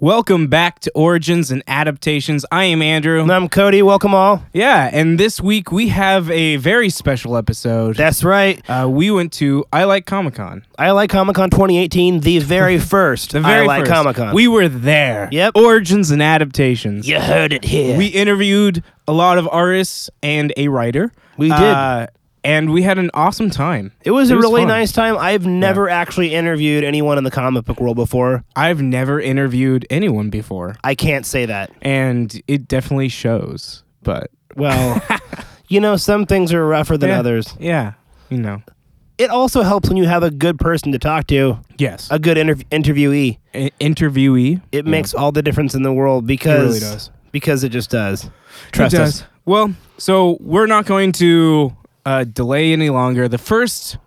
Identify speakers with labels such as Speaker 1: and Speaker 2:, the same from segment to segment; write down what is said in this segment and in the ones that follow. Speaker 1: Welcome back to Origins and Adaptations. I am Andrew.
Speaker 2: And I'm Cody. Welcome all.
Speaker 1: Yeah, and this week we have a very special episode.
Speaker 2: That's right.
Speaker 1: uh, we went to I Like Comic Con.
Speaker 2: I like Comic Con 2018, the very first.
Speaker 1: The very
Speaker 2: I like
Speaker 1: first.
Speaker 2: Comic Con.
Speaker 1: We were there.
Speaker 2: Yep.
Speaker 1: Origins and Adaptations.
Speaker 2: you heard it here.
Speaker 1: We interviewed a lot of artists and a writer.
Speaker 2: We did.
Speaker 1: Uh, and we had an awesome time.
Speaker 2: it was a really
Speaker 1: fun.
Speaker 2: nice time. I've never actually interviewed anyone in the comic book world before.
Speaker 1: I've never interviewed anyone before,
Speaker 2: I can't say that.
Speaker 1: and it definitely shows. But
Speaker 2: Well, you know, some things are rougher than
Speaker 1: Yeah.
Speaker 2: others.
Speaker 1: yeah, you know.
Speaker 2: It also helps when you have a good person to talk to,
Speaker 1: Yes.
Speaker 2: a good interv- interviewee.
Speaker 1: I- interviewee.
Speaker 2: It makes all the difference in the world because
Speaker 1: does.
Speaker 2: because it just does. Trust
Speaker 1: It
Speaker 2: us.
Speaker 1: does. Well, so we're not going to uh, delay any longer. The first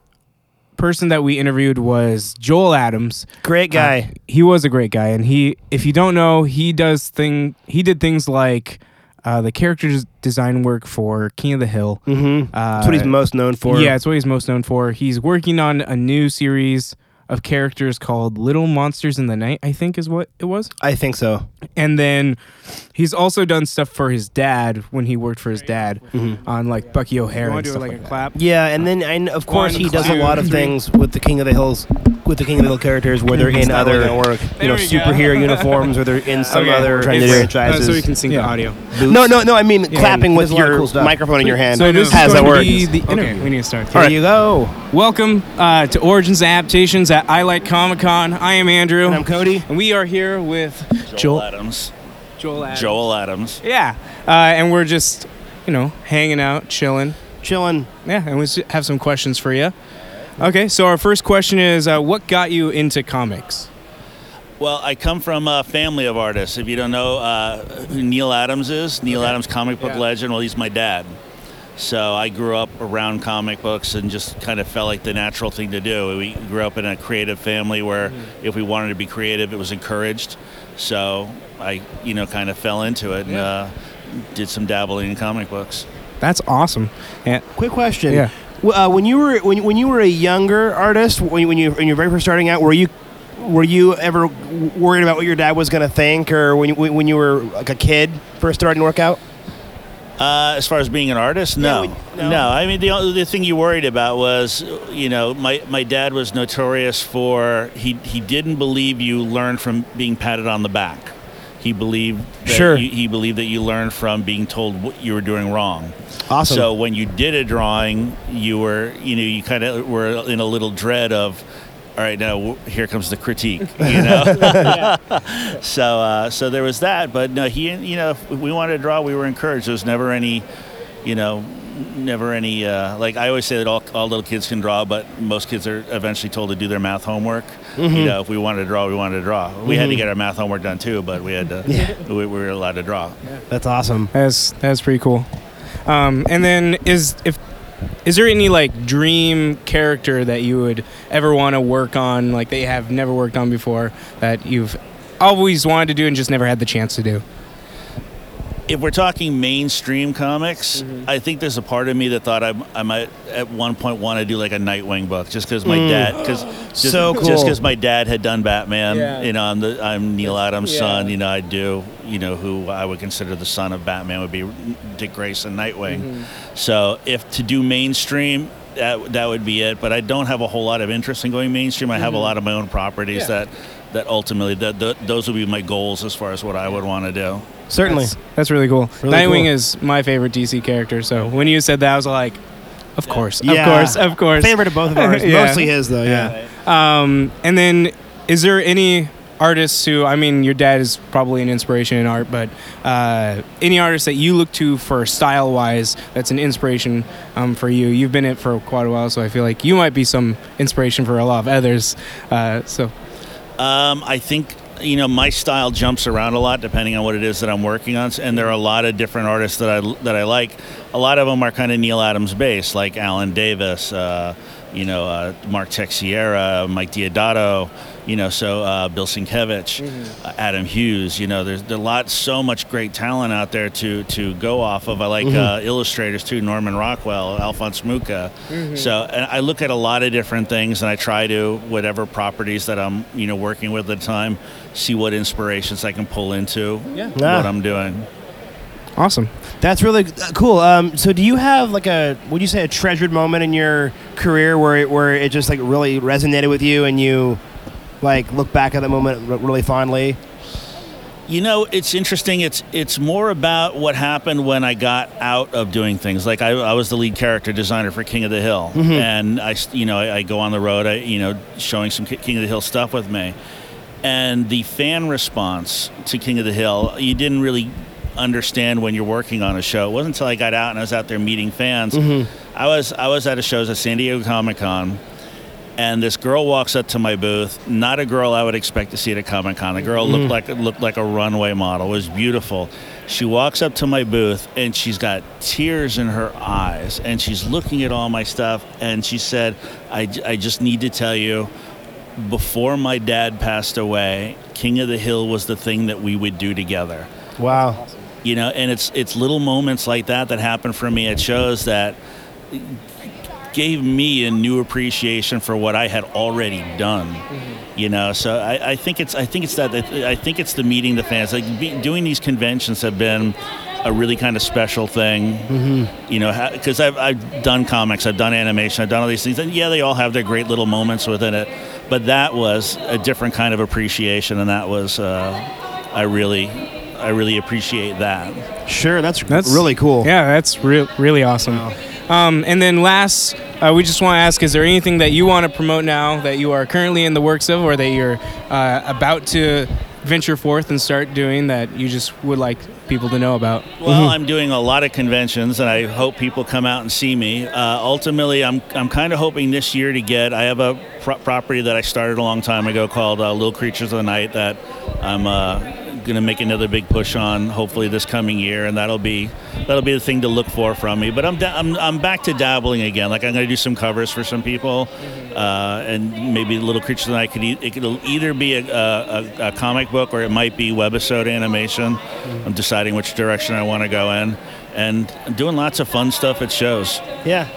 Speaker 1: person that we interviewed was Joel Adams. Uh,
Speaker 2: Great guy.
Speaker 1: He was a great guy, and he, if you don't know, he does thing. He did things like uh, the character des- design work for King of the Hill.
Speaker 2: mm-hmm. That's what he's
Speaker 1: uh,
Speaker 2: most known for.
Speaker 1: Yeah, it's what he's most known for. He's working on a new series of characters called Little Monsters in the Night. I think is what it was.
Speaker 2: I think so.
Speaker 1: And then he's also done stuff for his dad when he worked for his dad on like Bucky O'Hare and stuff like, that.
Speaker 2: Mm-hmm. Yeah, and then and of course
Speaker 1: One,
Speaker 2: he does
Speaker 1: two,
Speaker 2: a lot of
Speaker 1: three.
Speaker 2: things with the King of the Hills, with the King of the Hill characters, where they're in other you know
Speaker 1: There we go.
Speaker 2: superhero uniforms, or they're in some other franchises.
Speaker 3: so we can sync
Speaker 1: the
Speaker 3: the
Speaker 1: audio.
Speaker 3: audio.
Speaker 2: no, no, no. I mean clapping
Speaker 3: he
Speaker 2: with
Speaker 3: does a lot of
Speaker 2: your
Speaker 3: cool stuff.
Speaker 2: microphone in your hand.
Speaker 1: So this
Speaker 2: How
Speaker 1: is
Speaker 2: does that
Speaker 1: going to
Speaker 2: work?
Speaker 1: be the
Speaker 3: Okay,
Speaker 1: interview.
Speaker 3: we need to start.
Speaker 2: there you go.
Speaker 1: Welcome uh, to Origins and Adaptations at I Like Comic Con. I am Andrew.
Speaker 2: And I'm Cody.
Speaker 1: And we are here with
Speaker 4: Joel,
Speaker 1: Joel.
Speaker 4: Adams.
Speaker 1: Joel. Adams.
Speaker 4: Joel Adams.
Speaker 1: Yeah, uh, and we're just you know hanging out, chilling.
Speaker 2: Chilling.
Speaker 1: Yeah, and we s- have some questions for you. Okay, so our first question is, uh, what got you into comics?
Speaker 4: Well, I come from a family of artists. If you don't know uh, who Neil Adams is, Neil Adams, comic book
Speaker 1: Yeah.
Speaker 4: legend. Well, he's my dad. So I grew up around comic books and just kind of felt like the natural thing to do. We grew up in a creative family where
Speaker 1: Mm-hmm.
Speaker 4: if we wanted to be creative, it was encouraged. So I, you know, kind of fell into it and
Speaker 1: Yeah.
Speaker 4: uh, did some dabbling in comic books.
Speaker 1: That's awesome. Yeah.
Speaker 2: Quick question.
Speaker 1: Yeah.
Speaker 2: W- Uh, when you were when, when you were a younger artist, when you, when you when you were very first starting out, were you were you ever w- worried about what your dad was going to think, or when you, when when you were like a kid first starting to work out?
Speaker 4: Uh, as far as being an artist,
Speaker 2: Yeah,
Speaker 4: no.
Speaker 2: we- no.
Speaker 4: no, I mean the only- the thing you worried about was, you know, my, my dad was notorious for he he didn't believe you learned from being patted on the back. He believed that
Speaker 2: Sure.
Speaker 4: you, he believed that you learned from being told what you were doing wrong.
Speaker 2: Awesome.
Speaker 4: So when you did a drawing, you were you know you kind of were in a little dread of. All right, now w- here comes the critique. You know, so uh, so there was that. But no, he you know if we wanted to draw, we were encouraged. There was never any, you know, never any uh, like I always say that all, all little kids can draw, but most kids are eventually told to do their math homework. You know, if we wanted to draw, we wanted to draw. We had to get our math homework done too, but we had to we, we were allowed to draw.
Speaker 2: That's awesome.
Speaker 1: That's that's pretty cool. Um, and then is if is there any like dream character that you would ever want to work on, like that you have never worked on before, that you've always wanted to do and just never had the chance to do?
Speaker 4: if we're talking mainstream comics,
Speaker 1: Mm-hmm.
Speaker 4: I think there's a part of me that thought I, I might at one point want to do like a Nightwing book, just because
Speaker 1: Mm.
Speaker 4: my dad, because just
Speaker 2: So cool.
Speaker 4: because my dad had done Batman,
Speaker 1: Yeah.
Speaker 4: you know, I'm the I'm Neil Adams'
Speaker 1: yeah.
Speaker 4: son, you know, I do, you know, who I would consider the son of Batman would be Dick Grayson, Nightwing.
Speaker 1: Mm-hmm.
Speaker 4: So if to do mainstream. That, that would be it, but I don't have a whole lot of interest in going mainstream. I have a
Speaker 1: Mm-hmm.
Speaker 4: lot of my own properties that that ultimately that, that those would be my goals as far as what I would want to do.
Speaker 2: Certainly.
Speaker 1: That's, that's really cool.
Speaker 2: Really
Speaker 1: Nightwing
Speaker 2: cool.
Speaker 1: is my favorite DC character, so when you said that, I was like, of course,
Speaker 2: Yeah.
Speaker 1: of course, of course.
Speaker 2: Favorite of both of ours.
Speaker 1: Yeah.
Speaker 2: Mostly his though. Yeah.
Speaker 1: Um, and then, is there any artists who, I mean, your dad is probably an inspiration in art, but uh, any artist that you look to for style wise that's an inspiration um, for you? You've been it for quite a while, so I feel like you might be some inspiration for a lot of others. Uh, so,
Speaker 4: Um, I think you know my style jumps around a lot depending on what it is that I'm working on, and there are a lot of different artists that I that I like. A lot of them are kind of Neil Adams based, like Alan Davis, uh, you know, uh, Mark Texiera, Mike Diodato. you know, so uh, Bill Sienkiewicz, uh, Adam Hughes, you know, there's, there's a lot, so much great talent out there to to go off of. I like uh, illustrators too, Norman Rockwell, Alphonse Mucha.
Speaker 2: Mm-hmm.
Speaker 1: Mm-hmm.
Speaker 4: So and I look at a lot of different things, and I try to whatever properties that I'm you know working with at the time, see what inspirations I can pull into
Speaker 1: Yeah.
Speaker 2: Yeah.
Speaker 4: what I'm doing.
Speaker 1: Awesome.
Speaker 2: That's really uh, cool. Um, so, do you have like a would you say a treasured moment in your career where it, where it just like really resonated with you and you like look back at that moment r- really fondly?
Speaker 4: You know, it's interesting. It's it's more about what happened when I got out of doing things. Like I, I was the lead character designer for King of the Hill, and I s- you know I, I go on the road, I, you know, showing some Ki- King of the Hill stuff with me, and the fan response to King of the Hill, you didn't really understand when you're working on a show. It wasn't until I got out and I was out there meeting fans. I was I was at a shows at San Diego Comic Con and this girl walks up to my booth. Not a girl I would expect to see at a Comic Con. The girl looked like looked like a runway model. It was beautiful. She walks up to my booth and she's got tears in her eyes and she's looking at all my stuff and she said, "I, j- I just need to tell you." Before my dad passed away, King of the Hill was the thing that we would do together
Speaker 2: Wow.
Speaker 4: you know and it's it's little moments like that that happen for me at shows that gave me a new appreciation for what I had already done you know so I, I think it's I think it's that I think it's the meeting the fans like be, doing these conventions have been a really kind of special thing
Speaker 2: Mm-hmm.
Speaker 4: you know because I've, I've done comics I've done animation I've done all these things and yeah they all have their great little moments within it but that was a different kind of appreciation and that was uh, I really I really appreciate that
Speaker 2: Sure, that's,
Speaker 1: That's
Speaker 2: really cool.
Speaker 1: Yeah, that's re- really awesome. Um, and then last, uh, we just want to ask: Is there anything that you want to promote now that you are currently in the works of, or that you're uh, about to venture forth and start doing that you just would like people to know about? Mm-hmm.
Speaker 4: Well, I'm doing a lot of conventions, and I hope people come out and see me. Uh, ultimately, I'm I'm kind of hoping this year to get. I have a pro- property that I started a long time ago called uh, Little Creatures of the Night that I'm uh, going to make another big push on. Hopefully, this coming year, and that'll be that'll be the thing to look for from me. But I'm da- I'm, I'm back to dabbling again. Like I'm going to do some covers for some people, uh, and maybe Little Creatures of the Night could e- it could either be a, a, a, a comic book or it might be webisode animation. I'm deciding which direction I want to go in, and I'm doing lots of fun stuff at shows.
Speaker 2: Yeah.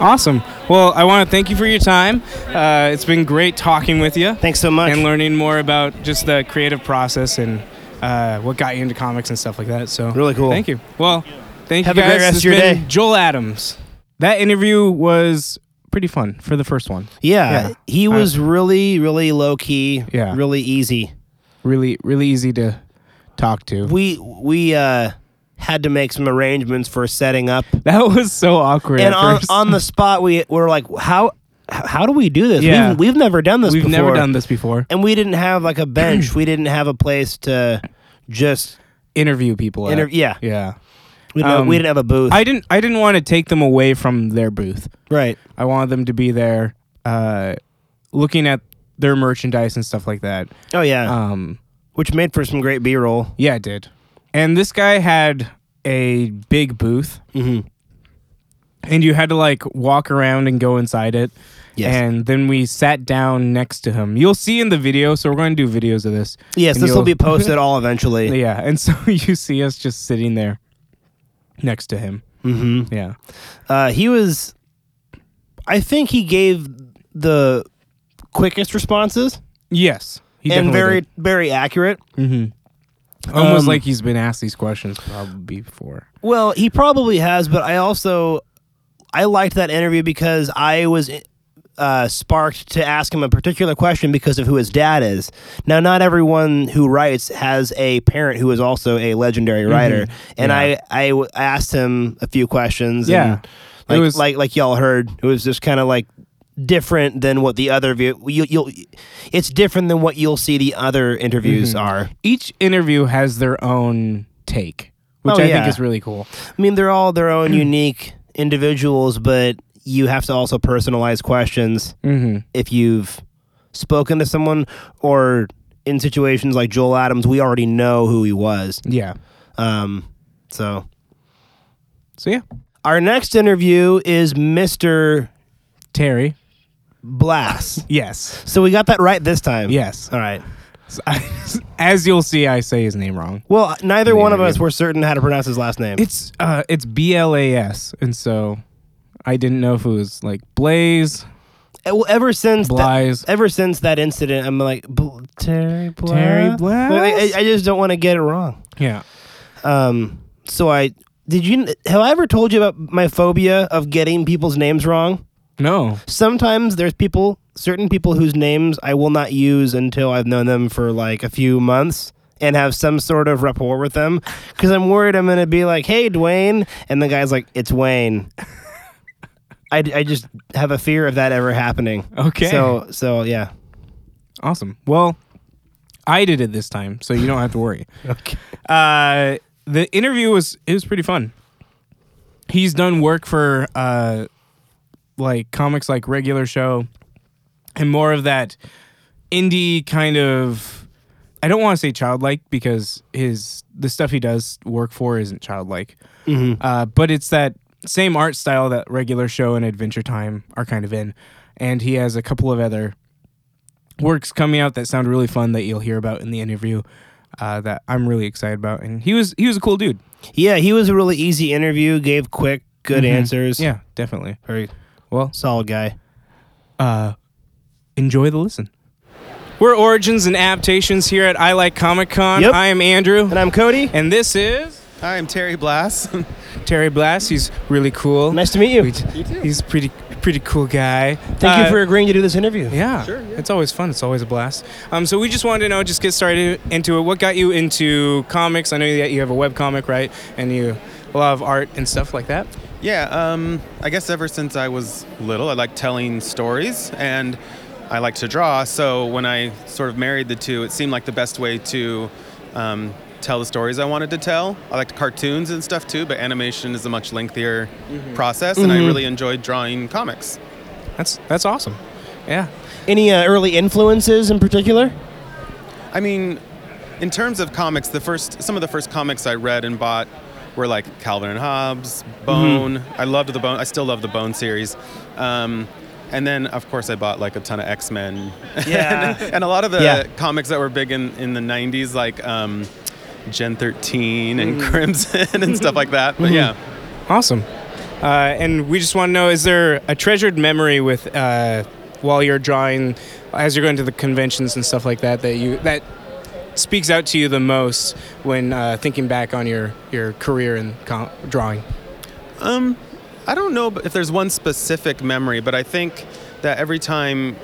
Speaker 1: Awesome. Well, I want to thank you for your time. Uh, it's been great talking with you
Speaker 2: Thanks so much.
Speaker 1: and learning more about just the creative process and uh, what got you into comics and stuff like that. So
Speaker 2: Really cool.
Speaker 1: Thank you. Well, thank
Speaker 2: Have
Speaker 1: you
Speaker 2: a
Speaker 1: guys.
Speaker 2: great rest
Speaker 1: This
Speaker 2: of your
Speaker 1: has been
Speaker 2: day.
Speaker 1: Joel Adams. That interview was pretty fun for the first one.
Speaker 2: yeah,
Speaker 1: Yeah. Uh,
Speaker 2: he was really, really low key.
Speaker 1: Yeah.
Speaker 2: really easy.
Speaker 1: Really, really easy to talk to.
Speaker 2: We we uh, had to make some arrangements for setting up,
Speaker 1: That was so awkward.
Speaker 2: and
Speaker 1: at
Speaker 2: on,
Speaker 1: first.
Speaker 2: on the spot we were like, how how do we do this?
Speaker 1: Yeah.
Speaker 2: We've, we've never done this.
Speaker 1: we've
Speaker 2: before.
Speaker 1: never done this before.
Speaker 2: and we didn't have like a bench. we didn't have a place to just
Speaker 1: Interview people. at.
Speaker 2: Inter- yeah.
Speaker 1: Yeah.
Speaker 2: we didn't, have,
Speaker 1: Um,
Speaker 2: we didn't have a booth.
Speaker 1: I didn't. I didn't want to take them away from their booth.
Speaker 2: right.
Speaker 1: I wanted them to be there, uh, looking at their merchandise and stuff like that.
Speaker 2: Oh yeah,
Speaker 1: Um,
Speaker 2: which made for some great B roll.
Speaker 1: yeah, it did. And this guy had a big booth,
Speaker 2: Mm-hmm.
Speaker 1: and you had to like walk around and go inside it.
Speaker 2: Yes.
Speaker 1: And then we sat down next to him. You'll see in the video, so we're going to do videos of this.
Speaker 2: Yes,
Speaker 1: And
Speaker 2: this will
Speaker 1: you'll-
Speaker 2: be posted all eventually.
Speaker 1: Yeah, and so you see us just sitting there next to him.
Speaker 2: Mm-hmm.
Speaker 1: Yeah.
Speaker 2: Uh, he was, I think he gave the quickest responses
Speaker 1: Yes. He
Speaker 2: and very very accurate.
Speaker 1: hmm almost
Speaker 2: Mm-hmm. um,
Speaker 1: like he's been asked these questions probably before.
Speaker 2: Well, he probably has, but I also I liked that interview because I was uh, sparked to ask him a particular question because of who his dad is. Now, not everyone who writes has a parent who is also a legendary
Speaker 1: Mm-hmm.
Speaker 2: writer, and I I I w- asked him a few questions.
Speaker 1: Yeah.
Speaker 2: and
Speaker 1: It
Speaker 2: like,
Speaker 1: was-
Speaker 2: like like y'all heard, it was just kind of like different than what the other view you, you'll it's different than what you'll see the other interviews
Speaker 1: Mm-hmm.
Speaker 2: are
Speaker 1: Each interview has their own take, which
Speaker 2: Oh,
Speaker 1: I think
Speaker 2: yeah.
Speaker 1: is really cool.
Speaker 2: I mean, they're all their own unique individuals, but you have to also personalize questions
Speaker 1: Mm-hmm.
Speaker 2: if you've spoken to someone or in situations like Joel Adams, we already know who he was.
Speaker 1: Yeah.
Speaker 2: Um, so
Speaker 1: So yeah,
Speaker 2: our next interview is Mr.
Speaker 1: Terry.
Speaker 2: Blas.
Speaker 1: Yes.
Speaker 2: So we got that right this time.
Speaker 1: Yes.
Speaker 2: All right.
Speaker 1: So I- as you'll see, I say his name wrong.
Speaker 2: Well, neither one of
Speaker 1: Yeah.
Speaker 2: us were certain how to pronounce his last name.
Speaker 1: It's uh, it's B L A S, and so I didn't know if it was like Blaze,
Speaker 2: Eh, well, ever since that,
Speaker 1: Blaze.
Speaker 2: ever since that incident, I'm like "Bl- Terry Blas.
Speaker 1: Terry Blas?
Speaker 2: Like, I, I just don't want to get it wrong.
Speaker 1: Yeah.
Speaker 2: Um. So I did you have I ever told you about my phobia of getting people's names wrong?
Speaker 1: No.
Speaker 2: sometimes there's people, certain people whose names I will not use until I've known them for like a few months and have some sort of rapport with them because I'm worried I'm going to be like, hey, Dwayne. And the guy's like, it's Wayne. I, I just have a fear of that ever happening.
Speaker 1: Okay.
Speaker 2: So, so yeah.
Speaker 1: Awesome. Well, I did it this time, so you don't have to worry.
Speaker 2: Okay.
Speaker 1: Uh, the interview was it was pretty fun. He's done work for uh, like comics like regular show, and more of that indie kind of. I don't want to say childlike because his the stuff he does work for isn't childlike, uh, but it's that same art style that regular show and Adventure Time are kind of in, and he has a couple of other works coming out that sound really fun that you'll hear about in the interview uh, that I'm really excited about. And he was he was a cool dude.
Speaker 2: Yeah. He was a really easy interview, gave quick, good answers.
Speaker 1: Mm-hmm. Yeah, definitely.
Speaker 2: Very
Speaker 1: Well, uh,
Speaker 2: solid guy.
Speaker 1: enjoy the listen. We're Origins and Adaptations here at I Like Comic Con.
Speaker 2: Yep.
Speaker 1: I am Andrew,
Speaker 2: And I'm Cody.
Speaker 1: and this is
Speaker 3: Hi, I'm Terry Blass.
Speaker 1: Terry Blast. He's really cool.
Speaker 2: Nice to meet you.
Speaker 1: We- He's pretty pretty cool guy.
Speaker 2: Thank
Speaker 1: Uh,
Speaker 2: you for agreeing to do this interview.
Speaker 1: Yeah. Sure, It's always fun. It's always a blast. Um, so we just wanted to know, just get started into it. What got you into comics? I know that you have a web comic, right? And you love art and stuff like that.
Speaker 3: yeah, um, I guess ever since I was little, I like telling stories and I like to draw. So when I sort of married the two, it seemed like the best way to um, tell the stories I wanted to tell. I liked cartoons and stuff too, but animation is a much lengthier process, and I really enjoyed drawing comics.
Speaker 1: That's that's awesome. Yeah.
Speaker 2: Any uh, early influences in particular?
Speaker 3: I mean, in terms of comics, the first some of the first comics I read and bought were like Calvin and Hobbes,
Speaker 2: Mm-hmm.
Speaker 3: Bone. I loved the Bone. I still love the Bone series. Um, and then, of course, I bought like a ton of X Men.
Speaker 2: Yeah.
Speaker 3: and, a lot of the
Speaker 2: Yeah.
Speaker 3: comics that were big in, in the '90s, like um, Gen 13 and
Speaker 2: Mm.
Speaker 3: Crimson and stuff like that. But yeah.
Speaker 1: Mm-hmm. Awesome. Uh, and we just want to know: is there a treasured memory with uh, while you're drawing, as you're going to the conventions and stuff like that, that you that speaks out to you the most when uh, thinking back on your your career in com- drawing?
Speaker 3: Um, I don't know if there's one specific memory, but I think that every time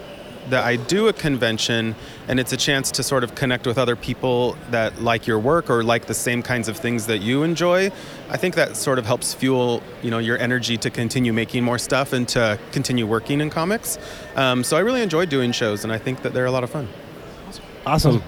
Speaker 3: that I do a convention and it's a chance to sort of connect with other people that like your work or like the same kinds of things that you enjoy, I think that sort of helps fuel you know your energy to continue making more stuff and to continue working in comics. Um, so I really enjoy doing shows, and I think that they're a lot of fun.
Speaker 2: Awesome.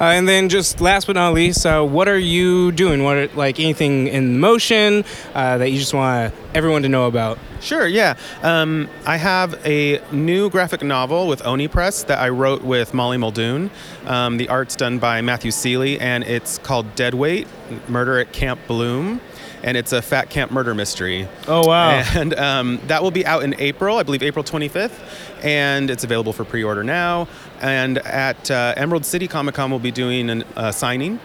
Speaker 1: Uh, and then, just last but not least, uh, what are you doing? What are, like anything in motion uh, that you just want everyone to know about?
Speaker 3: Sure, yeah. Um, I have a new graphic novel with Oni Press that I wrote with Molly Muldoon. Um, the art's done by Matthew Seeley, and it's called Dead Weight Murder at Camp Bloom. And it's a fat camp murder mystery.
Speaker 2: Oh, wow.
Speaker 3: And um, that will be out in April, I believe April 25th. And it's available for pre order now. And at uh, Emerald City Comic Con, we'll be doing a uh, signing.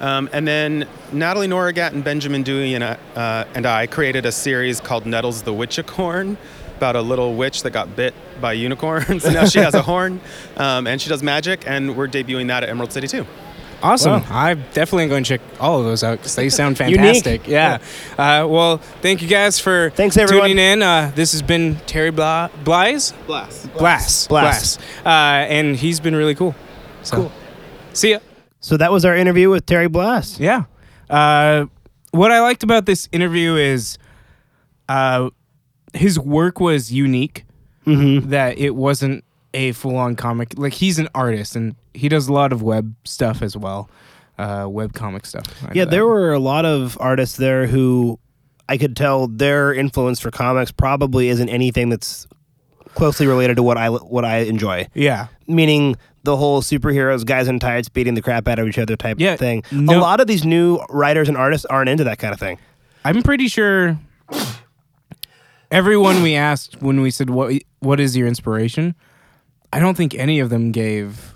Speaker 3: Um, and then Natalie Norrigat and Benjamin Dewey and, uh, uh, and I created a series called Nettles the Witchicorn about a little witch that got bit by unicorns. now she has a horn um, and she does magic. And we're debuting that at Emerald City too.
Speaker 1: Awesome.
Speaker 2: Wow.
Speaker 1: I'm definitely going to check all of those out because they sound fantastic. Yeah. Uh, well, thank you guys for
Speaker 2: Thanks, everyone.
Speaker 1: tuning in. Uh, this has been Terry Bla- Blyes.
Speaker 3: Blast.
Speaker 1: Blast.
Speaker 2: Blast.
Speaker 1: Uh, and he's been really cool. So, cool. See ya.
Speaker 2: So that was our interview with Terry Blast.
Speaker 1: Yeah. Uh, what I liked about this interview is uh, his work was unique,
Speaker 2: Mm-hmm.
Speaker 1: that it wasn't a full on comic. Like, he's an artist and he does a lot of web stuff as well, uh, web comic stuff. I know
Speaker 2: Yeah,
Speaker 1: that.
Speaker 2: there were a lot of artists there who I could tell their influence for comics probably isn't anything that's closely related to what I what I enjoy.
Speaker 1: Yeah.
Speaker 2: Meaning the whole superheroes, guys in tights beating the crap out of each other type
Speaker 1: Yeah,
Speaker 2: thing.
Speaker 1: no-
Speaker 2: A lot of these new writers and artists aren't into that kind of thing.
Speaker 1: I'm pretty sure everyone we asked when we said what what is your inspiration, I don't think any of them gave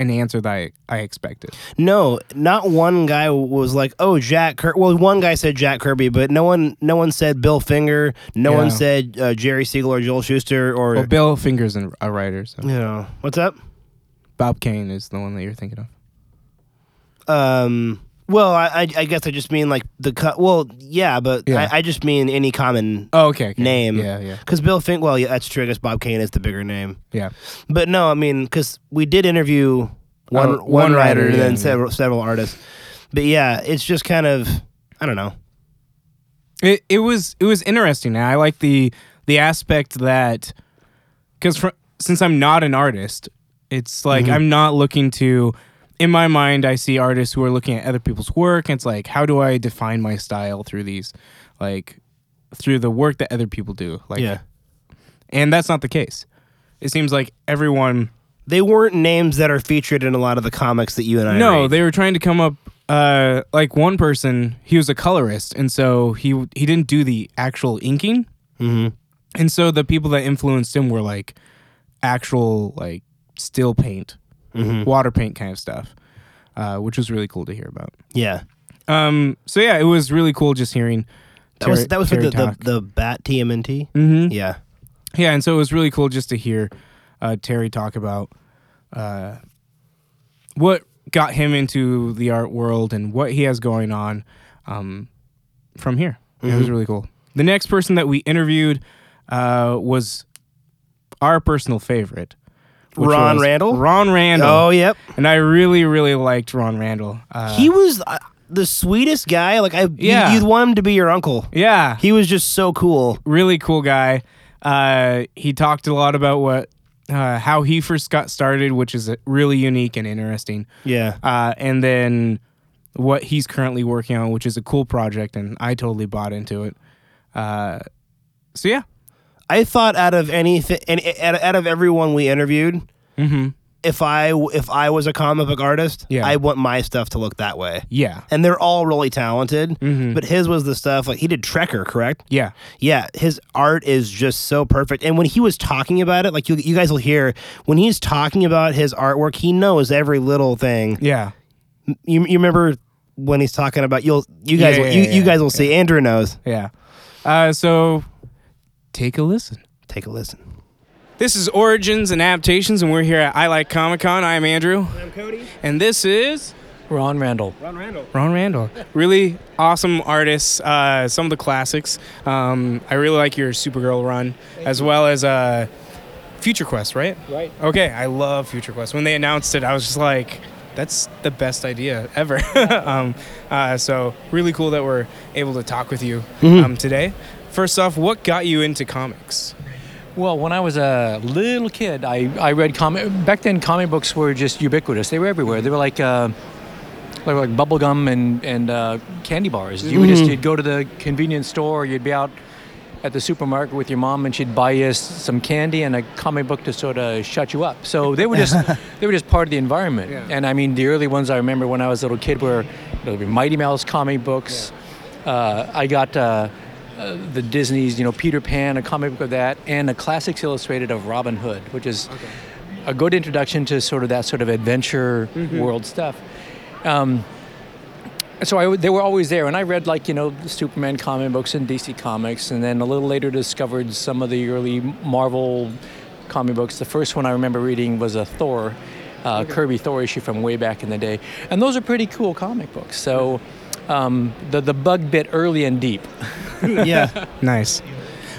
Speaker 1: an answer that I, I expected.
Speaker 2: No, not one guy was like, "Oh, Jack." Kirby. Well, one guy said Jack Kirby, but no one, no one said Bill Finger. No
Speaker 1: Yeah.
Speaker 2: one said uh, Jerry Siegel or Joel Schuster or
Speaker 1: Well, Bill Finger's an- a writer, so
Speaker 2: you know what's up.
Speaker 1: Bob Kane is the one that you're thinking of.
Speaker 2: Um, well, I, I, I guess I just mean like the cut. Well, yeah, but
Speaker 1: Yeah.
Speaker 2: I, I just mean any common
Speaker 1: Oh, okay. okay.
Speaker 2: name.
Speaker 1: Yeah, yeah,
Speaker 2: Because Bill Finger. Well, yeah, that's true. I guess Bob Kane is the bigger name.
Speaker 1: yeah.
Speaker 2: But no, I mean, because we did interview one
Speaker 1: Oh,
Speaker 2: one
Speaker 1: one
Speaker 2: writer,
Speaker 1: writer,
Speaker 2: and then
Speaker 1: yeah.
Speaker 2: several several artists. But yeah, it's just kind of I don't know.
Speaker 1: It it was it was interesting. and I like the the aspect that because since I'm not an artist, it's like
Speaker 2: Mm-hmm.
Speaker 1: I'm not looking to. In my mind, I see artists who are looking at other people's work, and it's like, how do I define my style through these, like, through the work that other people do? Like,
Speaker 2: yeah,
Speaker 1: and that's not the case. It seems like everyone.
Speaker 2: they weren't names that are featured in a lot of the comics that you and I
Speaker 1: no,
Speaker 2: read.
Speaker 1: they were trying to come up. Uh, like one person, he was a colorist, and so he he didn't do the actual inking.
Speaker 2: Mhm.
Speaker 1: And so the people that influenced him were like actual like still paint, water paint kind of stuff, uh, which was really cool to hear about.
Speaker 2: yeah.
Speaker 1: Um, so yeah, it was really cool just hearing.
Speaker 2: That was that was for
Speaker 1: Terry
Speaker 2: the, the
Speaker 1: talk.
Speaker 2: the Bat TMNT.
Speaker 1: Mhm.
Speaker 2: Yeah,
Speaker 1: Yeah, and so it was really cool just to hear uh, Terry talk about uh, what got him into the art world and what he has going on um, from here. It
Speaker 2: Mm-hmm.
Speaker 1: was really cool. The next person that we interviewed uh, was our personal favorite, which
Speaker 2: Ron
Speaker 1: was
Speaker 2: Randall?
Speaker 1: Ron Randall.
Speaker 2: Oh, yep.
Speaker 1: And I really, really liked Ron Randall. Uh,
Speaker 2: he was uh, the sweetest guy. Like I,
Speaker 1: Yeah.
Speaker 2: yeah. you'd want him to be your uncle.
Speaker 1: yeah,
Speaker 2: He was just so cool.
Speaker 1: really cool guy. Uh, he talked a lot about what uh, how he first got started, which is uh, really unique and interesting.
Speaker 2: Yeah,
Speaker 1: Uh, and then what he's currently working on, which is a cool project, and I totally bought into it. Uh, so yeah,
Speaker 2: I thought out of anything, and out, out of everyone we interviewed, if I w- if I was a comic book artist,
Speaker 1: Mm-hmm. Yeah.
Speaker 2: I want my stuff to look that way.
Speaker 1: yeah, Mm-hmm.
Speaker 2: And they're all really talented, but his was the stuff like he did Trekker, correct?
Speaker 1: yeah,
Speaker 2: Yeah, his art is just so perfect. And when he was talking about it, like you, you guys will hear, when he's talking about his artwork, he knows every little thing.
Speaker 1: yeah,
Speaker 2: You, you remember when he's talking about you'll you guys
Speaker 1: Yeah,
Speaker 2: will,
Speaker 1: yeah,
Speaker 2: you,
Speaker 1: yeah,
Speaker 2: you guys will see Andrew knows.
Speaker 1: yeah. Uh, so take a listen.
Speaker 2: Take a listen.
Speaker 1: This is Origins and Adaptations, and we're here at I Like Comic Con. I'm Andrew. I'm Cody. And this is
Speaker 5: Ron Randall.
Speaker 1: Ron Randall. Really awesome artists. Uh, some of the classics. Um, I really like your Supergirl run, as well as uh, Future Quest, right? Right. Okay, I love Future Quest. When they announced it, I was just like, that's the best idea ever. um, uh, so, really cool that we're able to talk with you
Speaker 5: Mm-hmm.
Speaker 1: um, today. First off, what got you into comics?
Speaker 5: Well, when I was a little kid, I, I read comic. Back then, comic books were just ubiquitous. They were everywhere. They were like uh, like like bubble gum and and uh, candy bars. You would just you'd go to the convenience store. You'd be out at the supermarket with your mom, and she'd buy you s- some candy and a comic book to sort of shut you up. So they were just they were just part of the environment.
Speaker 1: Yeah.
Speaker 5: And I mean, the early ones I remember when I was a little kid were you know, Mighty Mouse comic books. Uh, I got. Uh, uh, the Disney's, you know, Peter Pan, a comic book of that, and a classics illustrated of Robin Hood, which is a good introduction to sort of that sort of adventure world stuff. Um, so I, they were always there, and I read like you know the Superman comic books and DC comics, and then a little later discovered some of the early Marvel comic books. The first one I remember reading was a Thor, uh, Kirby Thor issue from way back in the day, and those are pretty cool comic books. So um, the the bug bit early and deep.
Speaker 2: Yeah,
Speaker 1: Nice.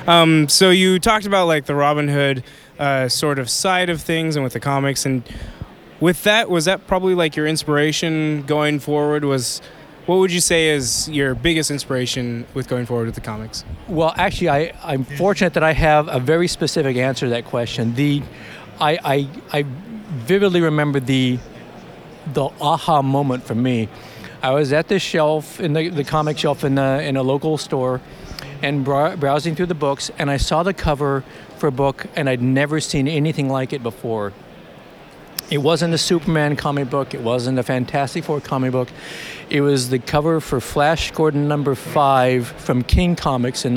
Speaker 1: Um, so you talked about like the Robin Hood uh, sort of side of things, and with the comics, and with that, was that probably like your inspiration going forward? Was what would you say is your biggest inspiration with going forward with the comics?
Speaker 5: Well, actually, I, I'm fortunate that I have a very specific answer to that question. The, I, I, I vividly remember the, the aha moment for me. I was at the shelf in the, the comic shelf in the, in a local store, and brow browsing through the books, and I saw the cover for a book, and I'd never seen anything like it before It wasn't a Superman comic book. It wasn't a Fantastic Four comic book. It was the cover for Flash Gordon number five from King Comics in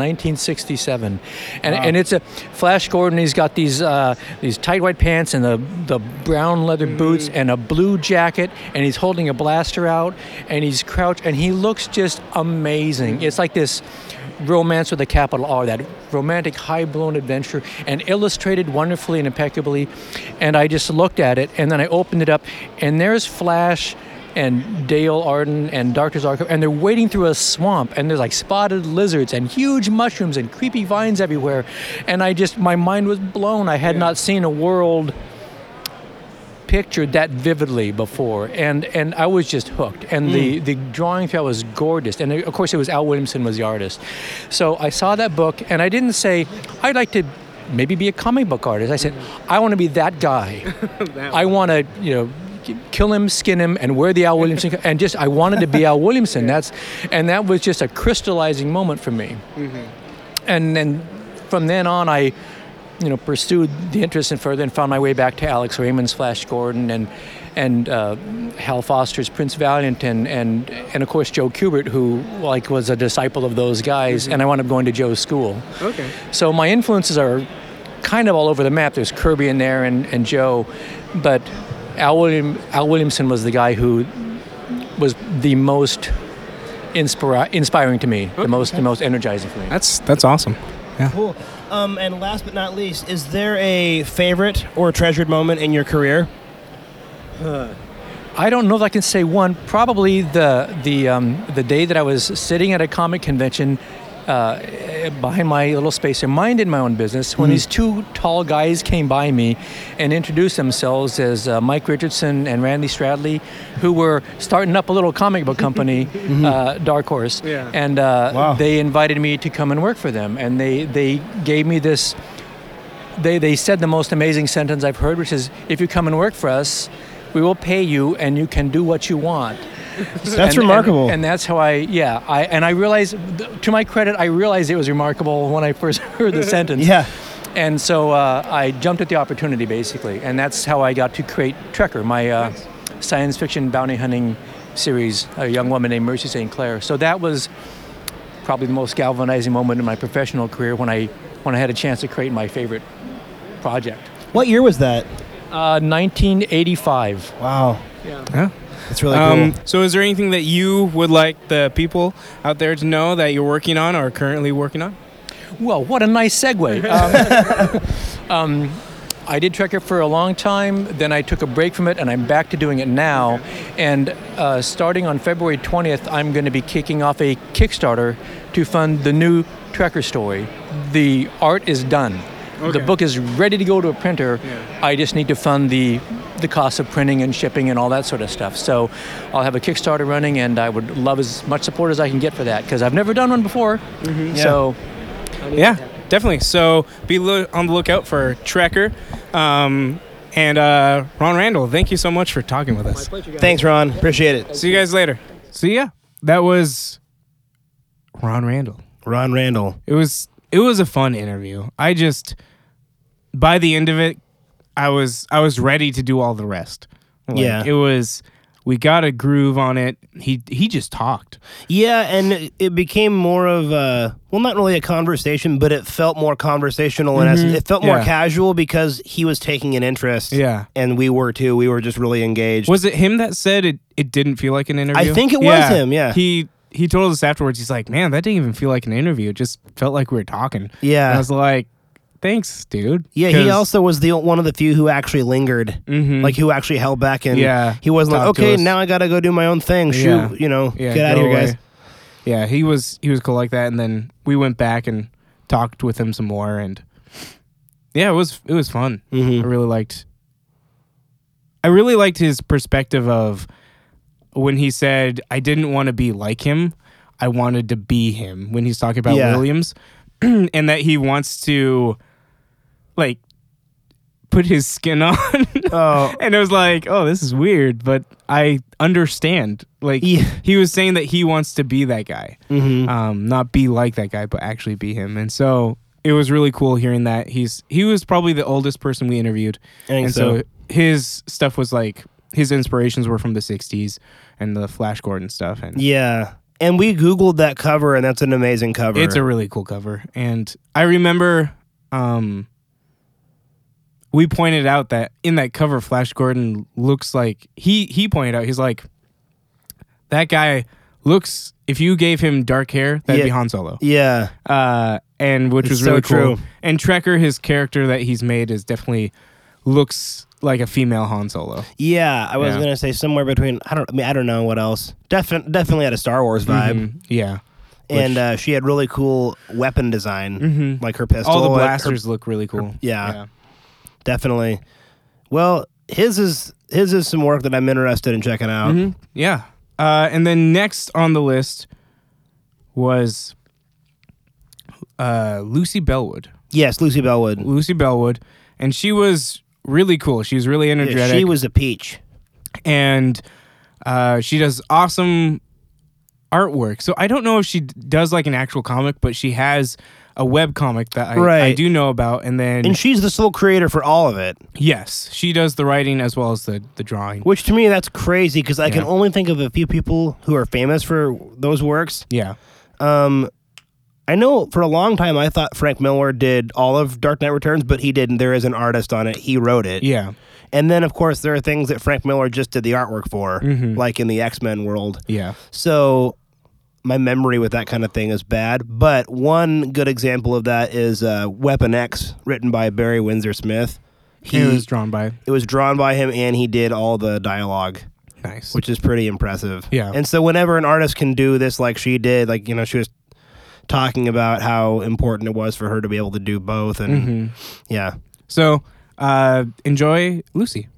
Speaker 5: 1967, and and it's a Flash Gordon. He's got these uh, these tight white pants and the the brown leather boots and a blue jacket, and he's holding a blaster out, and he's crouched, and he looks just amazing. It's like this romance with a capital R, that romantic, high blown adventure, and illustrated wonderfully and impeccably. And I just looked at it, and then I opened it up, and there's Flash and Dale Arden and Dr. Zarko, and they're wading through a swamp, and there's like spotted lizards and huge mushrooms and creepy vines everywhere. And I just, my mind was blown. I had not seen a world pictured that vividly before, and and I was just hooked. And the the drawing fell was gorgeous, and of course it was Al Williamson was the artist. So I saw that book, and I didn't say I'd like to maybe be a comic book artist. I said I want to be that guy. I want to you know k- kill him, skin him, and wear the Al Williamson co- and just I wanted to be Al Williamson. That's and that was just a crystallizing moment for me. And then from then on, I you know, pursued the interest and further and found my way back to Alex Raymond's Flash Gordon and and uh, Hal Foster's Prince Valiant and, and and of course Joe Kubert who like was a disciple of those guys and I wound up going to Joe's school.
Speaker 1: Okay.
Speaker 5: So my influences are kind of all over the map. There's Kirby in there and, and Joe, but Al William Al Williamson was the guy who was the most inspira- inspiring to me, the most the most energizing for me.
Speaker 1: That's that's awesome.
Speaker 2: Cool. Um, and last but not least, is there a favorite or treasured moment in your career?
Speaker 5: Uh, I don't know if I can say one. Probably the the um, the day that I was sitting at a comic convention uh, behind my little space and minding my own business when these two tall guys came by me and introduced themselves as uh, Mike Richardson and Randy Stradley, who were starting up a little comic book company, uh, Dark Horse,
Speaker 1: Yeah.
Speaker 5: and uh,
Speaker 2: Wow.
Speaker 5: they invited me to come and work for them, and they they gave me this they, they said the most amazing sentence I've heard, which is, if you come and work for us, we will pay you and you can do what you want.
Speaker 2: That's
Speaker 5: And- and-
Speaker 2: remarkable.
Speaker 5: And, that's how I, yeah, I, and I realized, to my credit, I realized it was remarkable when I first heard the sentence.
Speaker 2: yeah.
Speaker 5: And so uh, I jumped at the opportunity, basically. And that's how I got to create Trekker, my uh, science fiction bounty hunting series, a young woman named Mercy St. Clair. So that was probably the most galvanizing moment in my professional career when I, when I had a chance to create my favorite project.
Speaker 2: What year was that?
Speaker 5: Uh, 1985.
Speaker 2: Wow.
Speaker 1: Yeah.
Speaker 2: That's really
Speaker 1: Um,
Speaker 2: cool.
Speaker 1: so, is there anything that you would like the people out there to know that you're working on or currently working on?
Speaker 5: Well, what a nice segue. Um, um, I did Trekker for a long time, then I took a break from it, and I'm back to doing it now. And uh, starting on February 20th, I'm going to be kicking off a Kickstarter to fund the new Trekker story. The art is done. The
Speaker 1: Okay.
Speaker 5: book is ready to go to a printer. I just need to fund the the cost of printing and shipping and all that sort of stuff. So I'll have a Kickstarter running, and I would love as much support as I can get for that because I've never done one before. So
Speaker 1: Mm-hmm. Yeah, definitely. So, be lo- on the lookout for Trekker. Um, and uh, Ron Randall, thank you so much for talking with us.
Speaker 2: Thanks, Ron. Appreciate it.
Speaker 1: See you guys later. See ya. That was Ron Randall.
Speaker 2: Ron Randall.
Speaker 1: It was it was a fun interview. I just by the end of it, I was I was ready to do all the rest. Like,
Speaker 2: Yeah.
Speaker 1: it was. We got a groove on it. He he just talked.
Speaker 2: Yeah, and it- it became more of a well, not really a conversation, but it felt more conversational in essence. It felt more
Speaker 1: Mm-hmm. Yeah.
Speaker 2: casual because he was taking an interest.
Speaker 1: Yeah.
Speaker 2: and we were too. We were just really engaged.
Speaker 1: Was it him that said it? It didn't feel like an interview.
Speaker 2: think it was him, yeah.
Speaker 1: He he told us afterwards. He's like, man, that didn't even feel like an interview. It just felt like we were talking.
Speaker 2: Yeah.
Speaker 1: And I was like, thanks, dude.
Speaker 2: yeah, he
Speaker 1: 'Cause- Mm-hmm.
Speaker 2: also was the one of the few who actually lingered, like who actually held back and
Speaker 1: Yeah,
Speaker 2: he wasn't like,
Speaker 1: talked to
Speaker 2: okay,
Speaker 1: us.
Speaker 2: now I gotta go do my own thing. Shoot,
Speaker 1: Yeah.
Speaker 2: you know,
Speaker 1: Yeah,
Speaker 2: get out
Speaker 1: go
Speaker 2: of here,
Speaker 1: away.
Speaker 2: guys.
Speaker 1: Yeah, he was he was cool like that, and then we went back and talked with him some more, and yeah, it was it was fun.
Speaker 2: Mm-hmm.
Speaker 1: I really liked. I really liked his perspective of when he said, "I didn't want to be like him. I wanted to be him." When he's talking about
Speaker 2: Yeah.
Speaker 1: Williams, and that he wants to, like, put his skin on.
Speaker 2: Oh,
Speaker 1: and it was like, oh, this is weird, but I understand. Like
Speaker 2: Yeah. Mm-hmm.
Speaker 1: he was saying that he wants to be that guy, um, not be like that guy, but actually be him. And so it was really cool hearing that he's he was probably the oldest person we interviewed,
Speaker 2: I think
Speaker 1: and
Speaker 2: so.
Speaker 1: his stuff was like his inspirations were from the '60s and the Flash Gordon stuff, and
Speaker 2: Yeah. And we Googled that cover, and that's an amazing cover.
Speaker 1: It's a really cool cover, and I remember um, we pointed out that in that cover, Flash Gordon looks like he he pointed out he's like that guy looks. If you gave him dark hair, that'd
Speaker 2: Yeah.
Speaker 1: be Han Solo.
Speaker 2: yeah.
Speaker 1: Uh, and which
Speaker 2: It's
Speaker 1: was
Speaker 2: so
Speaker 1: really
Speaker 2: true.
Speaker 1: cool. And Trekker, his character that he's made is definitely looks like a female Han Solo.
Speaker 2: Yeah. I was
Speaker 1: Yeah.
Speaker 2: gonna say somewhere between. I don't. I mean, I don't know what else. Defin- definitely had a Star Wars vibe,
Speaker 1: Mhm. Yeah,
Speaker 2: and uh, she had really cool weapon design,
Speaker 1: Mhm.
Speaker 2: like her pistol.
Speaker 1: all the
Speaker 2: and her-
Speaker 1: blasters look really cool.
Speaker 2: yeah. definitely. Well, his is his is some work that I'm interested in checking out.
Speaker 1: Mhm. Yeah. Uh, and then next on the list was uh, Lucy Bellwood.
Speaker 2: Yes, Lucy Bellwood.
Speaker 1: Lucy Bellwood, and she was really cool. She was really
Speaker 2: Yeah,
Speaker 1: energetic,
Speaker 2: she was a peach.
Speaker 1: and uh, she does awesome artwork. So I don't know if she d- does like an actual comic, but she has a web comic that I, I
Speaker 2: Right.
Speaker 1: do know about. And then
Speaker 2: And she's the sole creator for all of it,
Speaker 1: yes, she does the writing as well as the the drawing.
Speaker 2: which to me that's crazy because I can
Speaker 1: Yeah.
Speaker 2: only think of a few people who are famous for those works.
Speaker 1: Yeah.
Speaker 2: Um, I know for a long time I thought Frank Miller did all of Dark Knight Returns, but he didn't. There is an artist on it. He wrote it.
Speaker 1: Yeah.
Speaker 2: And then of course there are things that Frank Miller just did the artwork for, like in the X Men world.
Speaker 1: Mm-hmm. Yeah.
Speaker 2: So my memory with that kind of thing is bad. But one good example of that is uh, Weapon X, written by Barry Windsor Smith. He
Speaker 1: It was drawn by
Speaker 2: it was drawn by him, and he did all the dialogue
Speaker 1: nice.
Speaker 2: which is pretty impressive.
Speaker 1: Yeah.
Speaker 2: And so whenever an artist can do this, like she did, like you know, she was talking about how important it was for her to be able to do both, and yeah,
Speaker 1: Mm-hmm. So uh, enjoy Lucy.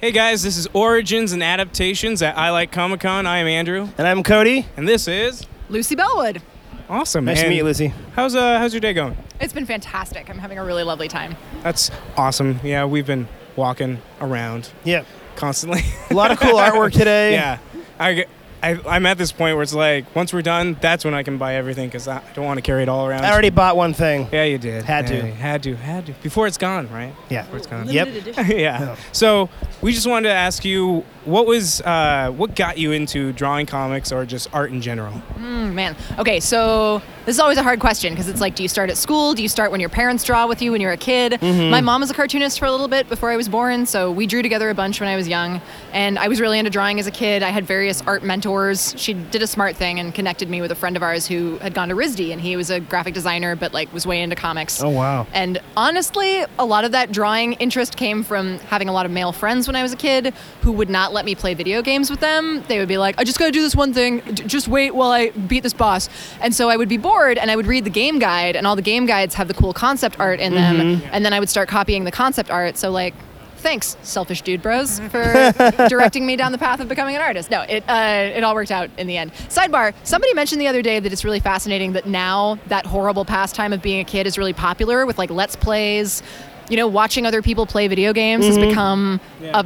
Speaker 1: Hey guys, this is Origins and Adaptations at I Like Comic Con. I am Andrew,
Speaker 2: and I'm Cody.
Speaker 1: and this is
Speaker 6: Lucy Bellwood.
Speaker 1: awesome.
Speaker 2: Nice to
Speaker 1: And
Speaker 2: meet you, Lucy.
Speaker 1: How's uh how's your day going?
Speaker 6: It's been fantastic. I'm having a really lovely time.
Speaker 1: That's awesome. Yeah, we've been walking around
Speaker 2: Yeah,
Speaker 1: constantly.
Speaker 2: a lot of cool artwork today.
Speaker 1: yeah, I, get- I I'm at this point where it's like once we're done, that's when I can buy everything because I don't want to carry it all around.
Speaker 2: I already bought one thing.
Speaker 1: yeah, you did.
Speaker 2: Had to.
Speaker 1: Yeah, had to, had to. Before it's gone, right?
Speaker 2: Yeah.
Speaker 1: Before it's gone.
Speaker 2: Yep. Oh.
Speaker 1: yeah. So we just wanted to ask you what was uh, what got you into drawing comics or just art in general?
Speaker 6: Mm, man. Okay, so this is always a hard question because it's like, do you start at school? Do you start when your parents draw with you when you're a kid?
Speaker 2: Mm-hmm.
Speaker 6: My mom was a cartoonist for a little bit before I was born, so we drew together a bunch when I was young. And I was really into drawing as a kid. I had various art mentors. She did a smart thing and connected me with a friend of ours who had gone to RISD, and he was a graphic designer, but like was way into comics.
Speaker 2: Oh wow.
Speaker 6: And honestly, a lot of that drawing interest came from having a lot of male friends when I was a kid who would not let me play video games with them. They would be like, I just gotta do this one thing, D- just wait while I beat this boss. And so I would be bored and I would read the game guide, and all the game guides have the cool concept art in them. And then I would start copying the concept art. So, like, thanks, selfish dude bros, for directing me down the path of becoming an artist. No, it uh, it all worked out in the end. Sidebar: Somebody mentioned the other day that it's really fascinating that now that horrible pastime of being a kid is really popular with like let's plays. You know, watching other people play video games has become a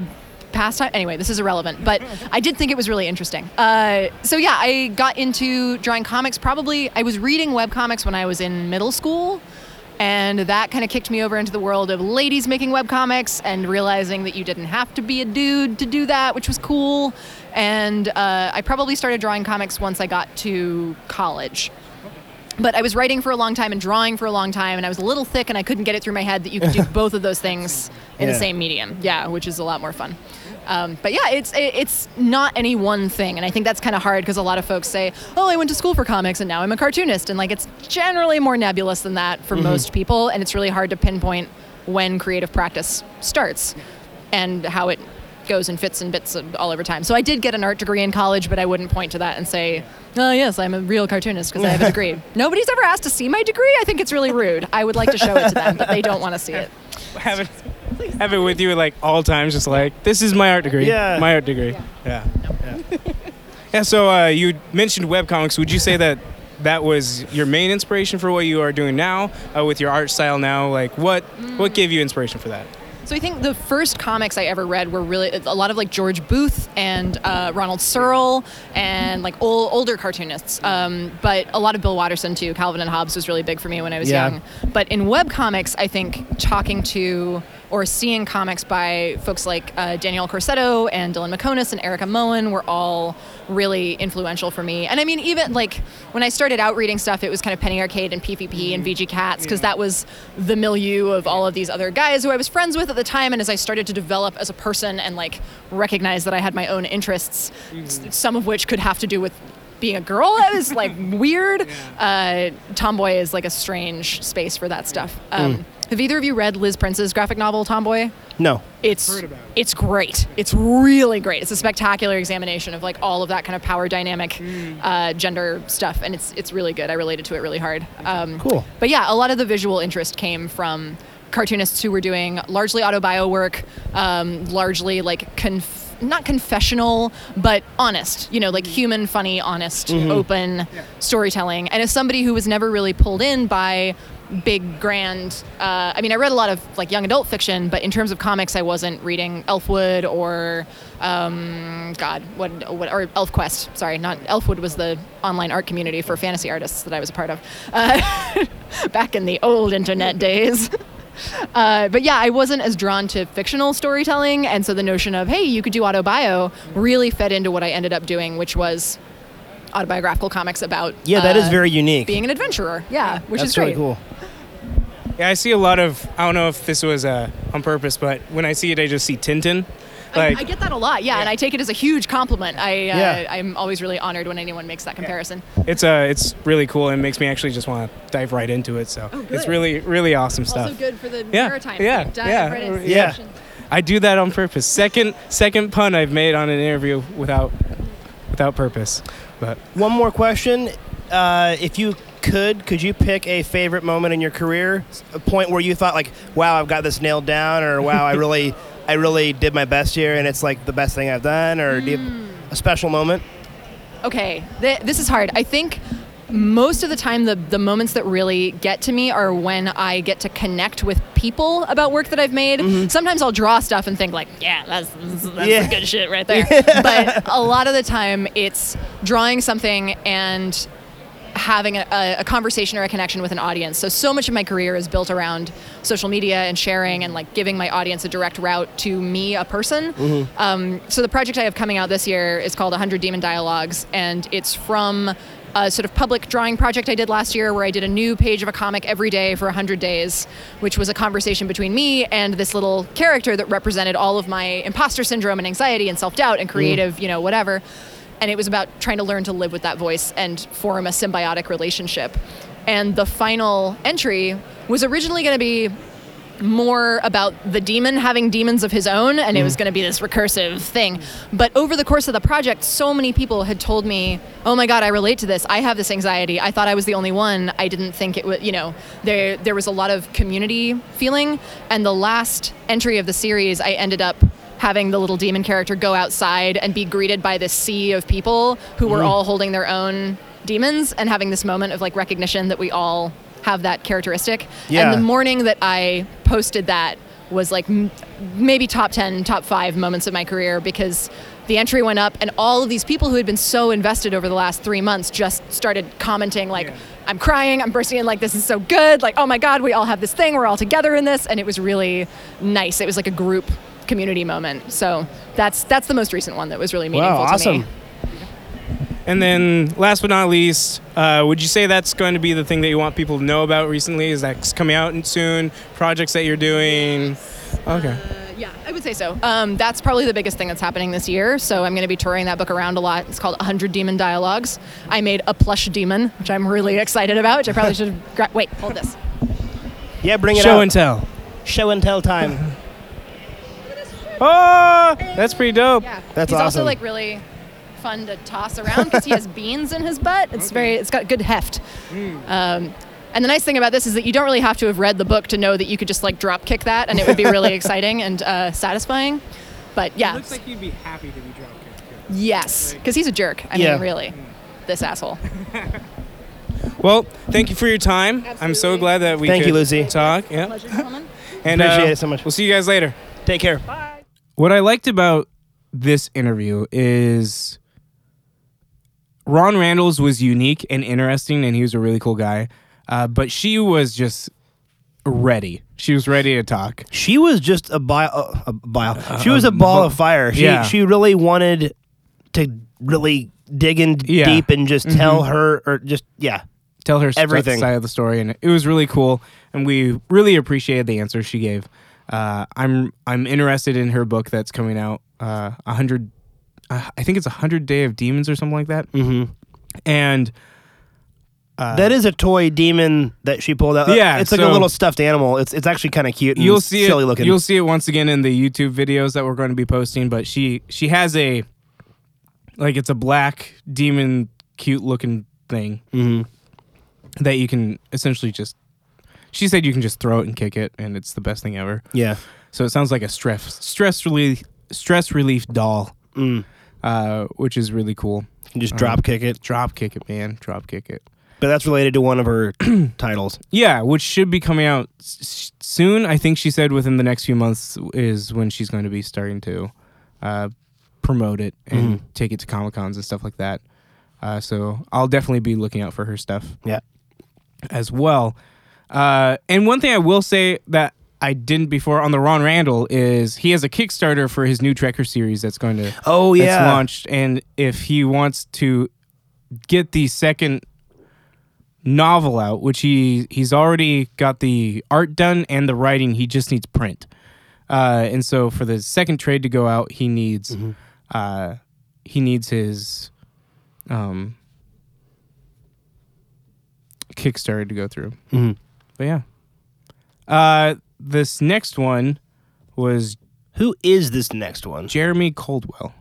Speaker 6: pastime. Anyway, this is irrelevant, but I did think it was really interesting. Uh, so yeah, I got into drawing comics. Probably I was reading web comics when I was in middle school, and that kind of kicked me over into the world of ladies making web comics and realizing that you didn't have to be a dude to do that, which was cool. And uh, I probably started drawing comics once I got to college but I was writing for a long time and drawing for a long time, and I was a little thick, and I couldn't get it through my head that you could do both of those things in
Speaker 2: Yeah.
Speaker 6: the same medium. Yeah, which is a lot more fun. Um, but yeah, it's it, it's not any one thing, and I think that's kind of hard because a lot of folks say, "Oh, I went to school for comics, and now I'm a cartoonist," and like it's generally more nebulous than that for most people, and it's really hard to pinpoint when creative practice starts and how it goes in fits and bits and all over time. So I did get an art degree in college, but I wouldn't point to that and say, "Oh yes, I'm a real cartoonist because I have a degree." Nobody's ever asked to see my degree. I think it's really rude. I would like to show it to them, but they don't want to see it.
Speaker 1: Have it have it with you at like all times, just like this is my art degree.
Speaker 2: Yeah.
Speaker 1: My art degree. Yeah. Yeah. Yeah, so uh, you mentioned webcomics. Would you say that that was your main inspiration for what you are doing now uh, with your art style now? Like, what what gave you inspiration for that?
Speaker 6: So I think the first comics I ever read were really a lot of like George Booth and uh, Ronald Searle and like ol- older cartoonists, um, but a lot of Bill Watterson too. Calvin and Hobbes was really big for me when I was
Speaker 2: Yeah.
Speaker 6: young. But in web comics, I think talking to or seeing comics by folks like uh, Daniel Corsetto and Dylan McConis and Erica Moen were all really influential for me. And I mean, even like when I started out reading stuff, it was kind of Penny Arcade and PvP and VG Cats because that was the milieu of all of these other guys who I was friends with at the time. And as I started to develop as a person and like recognize that I had my own interests, s- some of which could have to do with being a girl, that was like weird. Uh, Tomboy is like a strange space for that stuff. Um, Have either of you read Liz Prince's graphic novel Tomboy?
Speaker 2: No.
Speaker 6: it's it's great. It's really great. It's a spectacular examination of like all of that kind of power dynamic, uh, gender stuff, and it's it's really good. I related to it really hard. Um,
Speaker 2: Cool.
Speaker 6: But yeah, a lot of the visual interest came from cartoonists who were doing largely autobio work, um, largely like conf- not confessional, but honest. You know, like human, funny, honest, open storytelling. And as somebody who was never really pulled in by big grand uh, i mean i read a lot of like young adult fiction but in terms of comics i wasn't reading elfwood or um, god what, what or elfquest sorry not elfwood was the online art community for fantasy artists that i was a part of uh, back in the old internet days uh, but yeah, I wasn't as drawn to fictional storytelling, and so the notion of hey, you could do autobio really fed into what I ended up doing, which was autobiographical comics about
Speaker 2: Yeah, that is
Speaker 6: uh,
Speaker 2: very unique.
Speaker 6: being an adventurer. Yeah, which
Speaker 2: That's
Speaker 6: is great.
Speaker 2: really cool.
Speaker 1: Yeah, I see a lot of. I don't know if this was uh, on purpose, but when I see it, I just see Tintin.
Speaker 6: I,
Speaker 1: Like,
Speaker 6: I get that a lot, yeah, and I take it as a huge compliment. I uh,
Speaker 2: Yeah.
Speaker 6: I'm always really honored when anyone makes that comparison.
Speaker 1: it's uh, it's really cool and makes me actually just want to dive right into it. So it's
Speaker 6: Oh, good.
Speaker 1: really, really awesome
Speaker 6: Also
Speaker 1: stuff.
Speaker 6: good for the
Speaker 1: Yeah,
Speaker 6: maritime.
Speaker 1: yeah,
Speaker 6: dive
Speaker 1: yeah,
Speaker 6: right
Speaker 1: or-
Speaker 6: into
Speaker 2: yeah.
Speaker 6: the ocean.
Speaker 1: I do that on purpose. Second, second pun I've made on an interview without, without purpose. But
Speaker 2: One more question. Uh, if you could, could you pick a favorite moment in your career? A point where you thought like, wow, I've got this nailed down or wow, I really I really did my best here and it's like the best thing I've done or do you
Speaker 6: Mm.
Speaker 2: have a special moment?
Speaker 6: okay th- this is hard i think most of the time the, the moments that really get to me are when i get to connect with people about work that i've made sometimes i'll draw stuff and think like yeah that's, that's
Speaker 2: Mm-hmm. Yeah.
Speaker 6: the good shit right there but a lot of the time it's drawing something and having a, a, a conversation or a connection with an audience. So so much of my career is built around social media and sharing and like giving my audience a direct route to me, a person. Um, so the project I have coming out this year is called 100 Demon Dialogues, and it's from a sort of public drawing project I did last year where I did a new page of a comic every day for 100 days, which was a conversation between me and this little character that represented all of my imposter syndrome and anxiety and self-doubt and creative, you know, whatever and it was about trying to learn to live with that voice and form a symbiotic relationship. And the final entry was originally going to be more about the demon having demons of his own, and it was going to be this recursive thing. But over the course of the project, so many people had told me, "Oh my God, I relate to this. I have this anxiety. I thought I was the only one. I didn't think it was. You know, there there was a lot of community feeling." And the last entry of the series, I ended up having the little demon character go outside and be greeted by this sea of people who were all holding their own demons and having this moment of like recognition that we all have that characteristic.
Speaker 2: Yeah.
Speaker 6: And the morning that I posted that was like m- maybe top 10, top 5 moments of my career because the entry went up and all of these people who had been so invested over the last 3 months just started commenting like I'm crying, I'm bursting in like this is so good, like oh my god, we all have this thing, we're all together in this and it was really nice. It was like a group community moment. So that's that's the most recent one that was really meaningful
Speaker 2: Wow,
Speaker 6: to
Speaker 2: awesome.
Speaker 6: me.
Speaker 1: and then last but not least, uh, would you say that's going to be the thing that you want people to know about recently? Is that's coming out soon? Projects that you're doing? Okay.
Speaker 6: Yeah, I would say so. Um, that's probably the biggest thing that's happening this year. So I'm going to be touring that book around a lot. It's called 100 Demon Dialogues. I made a plush demon, which I'm really excited about. Which I probably should have. Gra- Wait, hold this.
Speaker 2: Yeah, bring it
Speaker 1: Show
Speaker 2: out.
Speaker 1: and tell.
Speaker 2: Show and tell time.
Speaker 1: Oh, that's pretty dope.
Speaker 6: Yeah,
Speaker 2: That's
Speaker 6: He's also
Speaker 2: awesome.
Speaker 6: like really fun to toss around because he has beans in his butt. It's very. It's got good heft. Um, and the nice thing about this is that you don't really have to have read the book to know that you could just like drop kick that, and it would be really exciting and uh, satisfying. But yeah,
Speaker 1: you'd be happy to be dropkicked.
Speaker 6: yes, because he's a jerk. I
Speaker 2: Yeah.
Speaker 6: mean, really, this asshole.
Speaker 1: Well, thank you for your time. I'm so
Speaker 6: Absolutely.
Speaker 1: glad that we
Speaker 2: Thank
Speaker 1: could
Speaker 2: you, Lucy.
Speaker 1: talk. Yeah.
Speaker 6: Pleasure, gentlemen.
Speaker 1: And uh,
Speaker 2: Appreciate it so much.
Speaker 1: We'll see you guys later.
Speaker 2: Take care.
Speaker 1: What I liked about this interview is Ron Randall's was unique and interesting, and he was a really cool guy. Uh, but she was just ready. She was ready to talk. Uh,
Speaker 2: She was just a bio, uh, a bio. She was a ball of fire. She
Speaker 1: Uh-huh. Um, yeah.
Speaker 2: she really wanted to really dig in
Speaker 1: Yeah. Mm-hmm.
Speaker 2: deep and just tell her or just yeah.
Speaker 1: tell her st-
Speaker 2: Everything.
Speaker 1: side of the story, and it was really cool. And we really appreciated the answers she gave. Uh, I'm I'm interested in her book that's coming out. Uh, a hundred, uh, I think it's a hundred day of demons or something like that. Mm-hmm. And uh,
Speaker 2: that is a toy demon that she pulled out. Uh,
Speaker 1: Yeah,
Speaker 2: it's like a
Speaker 1: so-
Speaker 2: little stuffed animal. It's it's actually kind of cute. And
Speaker 1: you'll see
Speaker 2: silly
Speaker 1: it,
Speaker 2: looking.
Speaker 1: You'll see it once again in the YouTube videos that we're going to be posting. But she she has a like it's a black demon, cute looking thing
Speaker 2: Mm-hmm.
Speaker 1: that you can essentially just. She said you can just throw it and kick it, and it's the best thing ever.
Speaker 2: yeah.
Speaker 1: So it sounds like a stress stress relief stress relief doll,
Speaker 2: Mm.
Speaker 1: uh, which is really cool. Uh,
Speaker 2: You just drop kick it.
Speaker 1: Drop kick it, man. Drop kick it.
Speaker 2: But that's related to one of her titles.
Speaker 1: Yeah, which should be coming out s- soon. I think she said within the next few months is when she's going to be starting to uh, promote it and take it to comic cons and stuff like that. Uh, so I'll definitely be looking out for her stuff.
Speaker 2: Yeah.
Speaker 1: as well. Uh, and one thing I will say that I didn't before on the Ron Randall is he has a Kickstarter for his new Trekker series that's going to
Speaker 2: Oh,
Speaker 1: that's
Speaker 2: yeah.
Speaker 1: launched. And if he wants to get the second novel out, which he he's already got the art done and the writing, he just needs print. Uh, and so for the second trade to go out, he needs
Speaker 2: Mm-hmm.
Speaker 1: uh, he needs his um, Kickstarter to go through. But yeah, uh, this next one was
Speaker 2: Who is this next one?
Speaker 1: Jeremy Coldwell.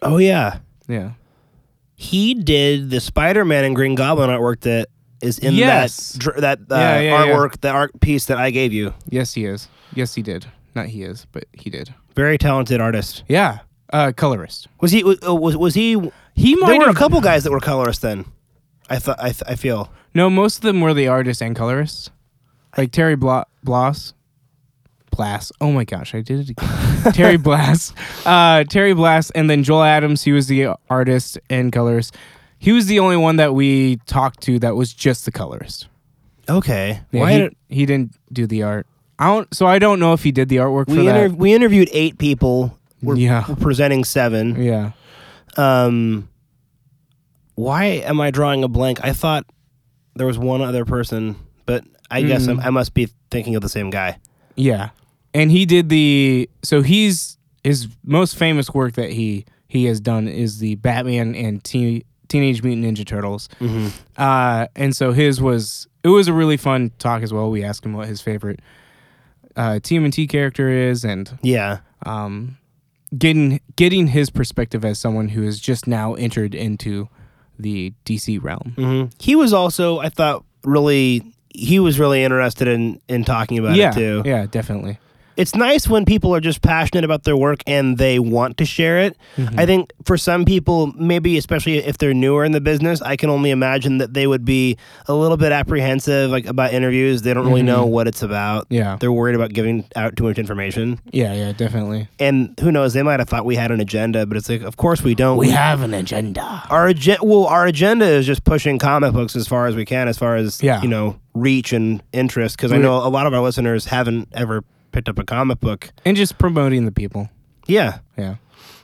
Speaker 2: Oh yeah.
Speaker 1: Yeah.
Speaker 2: He did the Spider-Man and Green Goblin artwork that is in
Speaker 1: Yes.
Speaker 2: that dr- that uh,
Speaker 1: Yeah, yeah, yeah.
Speaker 2: artwork, the art piece that I gave you.
Speaker 1: Yes, he is. Yes, he did. Not he is, but he did.
Speaker 2: Very talented artist.
Speaker 1: Yeah. Uh, colorist.
Speaker 2: Was he was was, was he
Speaker 1: He
Speaker 2: There
Speaker 1: might
Speaker 2: were a
Speaker 1: have.
Speaker 2: couple guys that were colorists then. I thought I, th- I feel.
Speaker 1: no, most of them were the artists and colorists. Like Terry Bla- Bloss. Blass. Oh my gosh, I did it again. Terry Blass. Uh, Terry Blass. And then Joel Adams, he was the artist and colorist. He was the only one that we talked to that was just the colorist.
Speaker 2: Okay.
Speaker 1: Yeah,
Speaker 2: Why
Speaker 1: he,
Speaker 2: did,
Speaker 1: he didn't do the art. I don't, so I don't know if he did the artwork for
Speaker 2: we
Speaker 1: that.
Speaker 2: inter- we interviewed eight people. We're,
Speaker 1: Yeah.
Speaker 2: we're presenting seven.
Speaker 1: yeah.
Speaker 2: Um, why am I drawing a blank? I thought there was one other person, but I guess
Speaker 1: Mm.
Speaker 2: I'm, I must be thinking of the same guy.
Speaker 1: Yeah. And he did the so he's his most famous work that he he has done is the Batman and teen, Teenage Mutant Ninja Turtles.
Speaker 2: Mm-hmm.
Speaker 1: Uh, and so his was it was a really fun talk as well. We asked him what his favorite uh, TMNT character is and
Speaker 2: Yeah.
Speaker 1: um, getting getting his perspective as someone who has just now entered into the DC realm.
Speaker 2: He was also I thought really he was really interested in in talking about
Speaker 1: Yeah,
Speaker 2: it too.
Speaker 1: yeah, definitely.
Speaker 2: it's nice when people are just passionate about their work and they want to share it.
Speaker 1: Mm-hmm.
Speaker 2: I think for some people, maybe especially if they're newer in the business, I can only imagine that they would be a little bit apprehensive like about interviews. They don't really know what it's about.
Speaker 1: Mm-hmm. Yeah.
Speaker 2: They're worried about giving out too much information.
Speaker 1: Yeah, yeah, definitely.
Speaker 2: And who knows, they might have thought we had an agenda, but it's like of course we don't. We
Speaker 1: have an agenda.
Speaker 2: our agenda well, our agenda is just pushing comic books as far as we can as far as
Speaker 1: Yeah.
Speaker 2: you know, reach and interest because I know a lot of our listeners haven't ever picked up a comic book.
Speaker 1: And just promoting the people.
Speaker 2: Yeah.
Speaker 1: Yeah.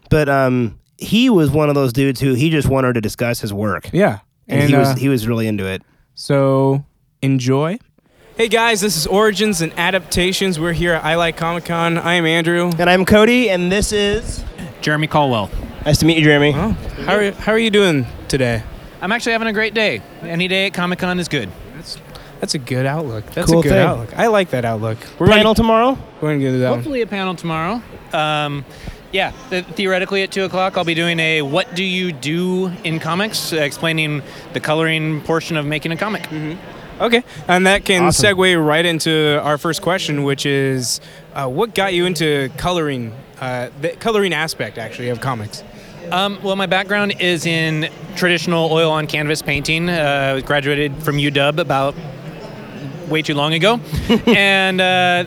Speaker 2: But um, he was one of those dudes who he just wanted to discuss his work,
Speaker 1: Yeah.
Speaker 2: and, he
Speaker 1: uh,
Speaker 2: was he was really into it.
Speaker 1: So enjoy. Hey guys, this is Origins and Adaptations. We're here at I Like Comic Con. I am Andrew.
Speaker 2: And I'm Cody, and this is
Speaker 7: Jeremy Caldwell.
Speaker 2: nice to meet you, Jeremy.
Speaker 1: How are you, how are you doing today?
Speaker 7: I'm actually having a great day. Any day at Comic Con is good.
Speaker 1: That's a good outlook. That's
Speaker 2: Cool
Speaker 1: a good
Speaker 2: thing.
Speaker 1: outlook. I like that outlook. We're
Speaker 2: Panel
Speaker 1: gonna,
Speaker 2: tomorrow.
Speaker 1: we're gonna do that one.
Speaker 7: Hopefully, a panel tomorrow. Um, yeah, th- theoretically at 2 o'clock, I'll be doing a What Do You Do in Comics, uh, explaining the coloring portion of making a comic.
Speaker 1: Mm-hmm. Okay, and that can
Speaker 2: Awesome.
Speaker 1: segue right into our first question, which is, uh, what got you into coloring? Uh, the coloring aspect actually of comics.
Speaker 7: Um, well, my background is in traditional oil on canvas painting. Uh, I graduated from UW about way too long ago. and uh,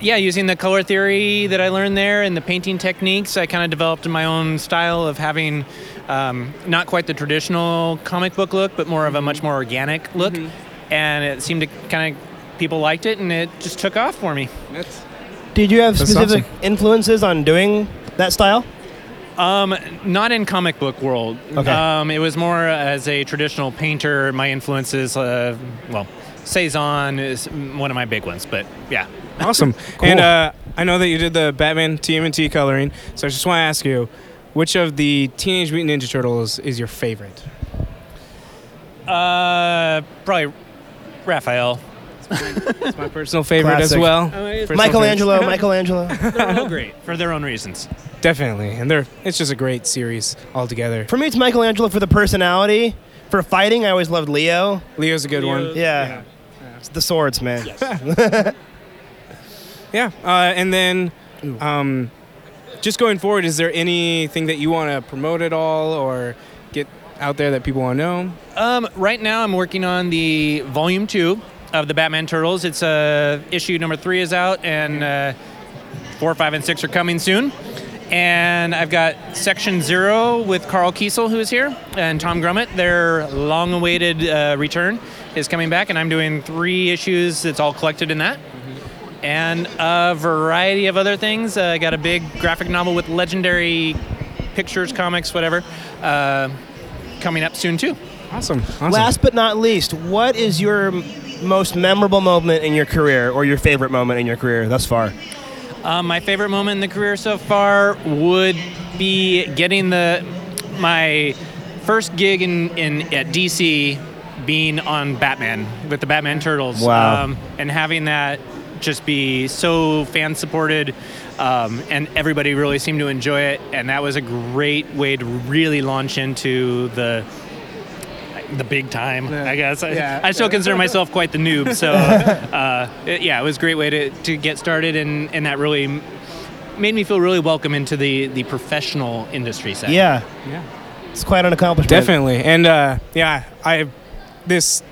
Speaker 7: yeah, using the color theory that I learned there and the painting techniques, I kind of developed my own style of having um, not quite the traditional comic book look, but more of a much more organic look. And it seemed to kind of people liked it, and it just took off for me.
Speaker 2: Did you have
Speaker 1: That's
Speaker 2: specific
Speaker 1: awesome.
Speaker 2: influences on doing that style?
Speaker 7: Um, not in comic book world.
Speaker 2: Okay.
Speaker 7: Um, it was more as a traditional painter. My influences, uh, well, Cezanne is one of my big ones, but yeah.
Speaker 1: Awesome. And uh, I know that you did the Batman TMNT coloring, so I just want to ask you, which of the Teenage Mutant Ninja Turtles is your favorite?
Speaker 7: Uh, probably Raphael.
Speaker 1: It's my personal favorite as
Speaker 2: Classic.
Speaker 1: well.
Speaker 7: They're
Speaker 1: Personal
Speaker 2: Michelangelo, Michelangelo.
Speaker 7: all great for their own reasons.
Speaker 1: favorite. Definitely, and they're it's just a great series altogether.
Speaker 2: For me, it's Michelangelo for the personality. For fighting, I always loved Leo.
Speaker 1: Leo's a good one.
Speaker 2: Yeah. It's the swords, man.
Speaker 1: Yeah, uh, and then um, just going forward, is there anything that you want to promote at all or get out there that people want to know?
Speaker 7: Um, right now, I'm working on the volume two of the Batman Turtles. It's uh, issue number three is out, and uh, four, five, and six are coming soon. And I've got section zero with Carl Kiesel, who is here, and Tom Grummett. Their long-awaited uh, return is coming back, and I'm doing three issues. It's all collected in that. And a variety of other things. Uh, I got a big graphic novel with legendary pictures, comics, whatever, uh, coming up soon too.
Speaker 1: Awesome. awesome.
Speaker 2: Last but not least, what is your m- most memorable moment in your career or your favorite moment in your career thus far?
Speaker 7: Um, my favorite moment in the career so far would be getting the my first gig in, in at DC, being on Batman with the Batman Turtles. Um,
Speaker 2: Wow.
Speaker 7: and having that just be so fan supported, um, and everybody really seemed to enjoy it, and that was a great way to really launch into the. The big time, I guess. I-
Speaker 1: Yeah.
Speaker 7: I still consider myself quite the noob, so uh, it- yeah, it was a great way to, to get started, and, and that really m- made me feel really welcome into the, the professional industry side.
Speaker 2: Yeah.
Speaker 1: Yeah.
Speaker 2: It's quite an accomplishment.
Speaker 1: Definitely. And uh, yeah, I this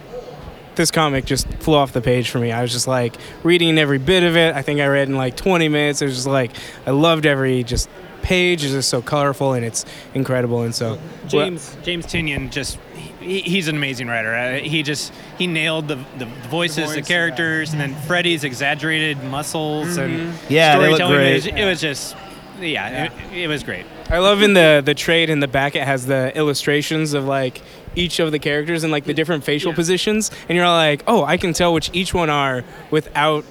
Speaker 1: this comic just flew off the page for me. I was just like reading every bit of it. I think I read in like 20 minutes. It was just like I loved every just page. It's just so colorful and it's incredible. And so
Speaker 7: James James Tinian just he, he's an amazing writer. Uh, he just he nailed the the, the voices, the,
Speaker 1: voice,
Speaker 7: characters, and then Freddy's exaggerated muscles and
Speaker 2: Yeah, they look
Speaker 7: storytelling. It was-
Speaker 2: great.
Speaker 7: It was just yeah, It, it was great.
Speaker 1: I love in the the trade in the back it has the illustrations of like each of the characters and like the different facial positions and you're all like, "Oh, I can tell which each one are without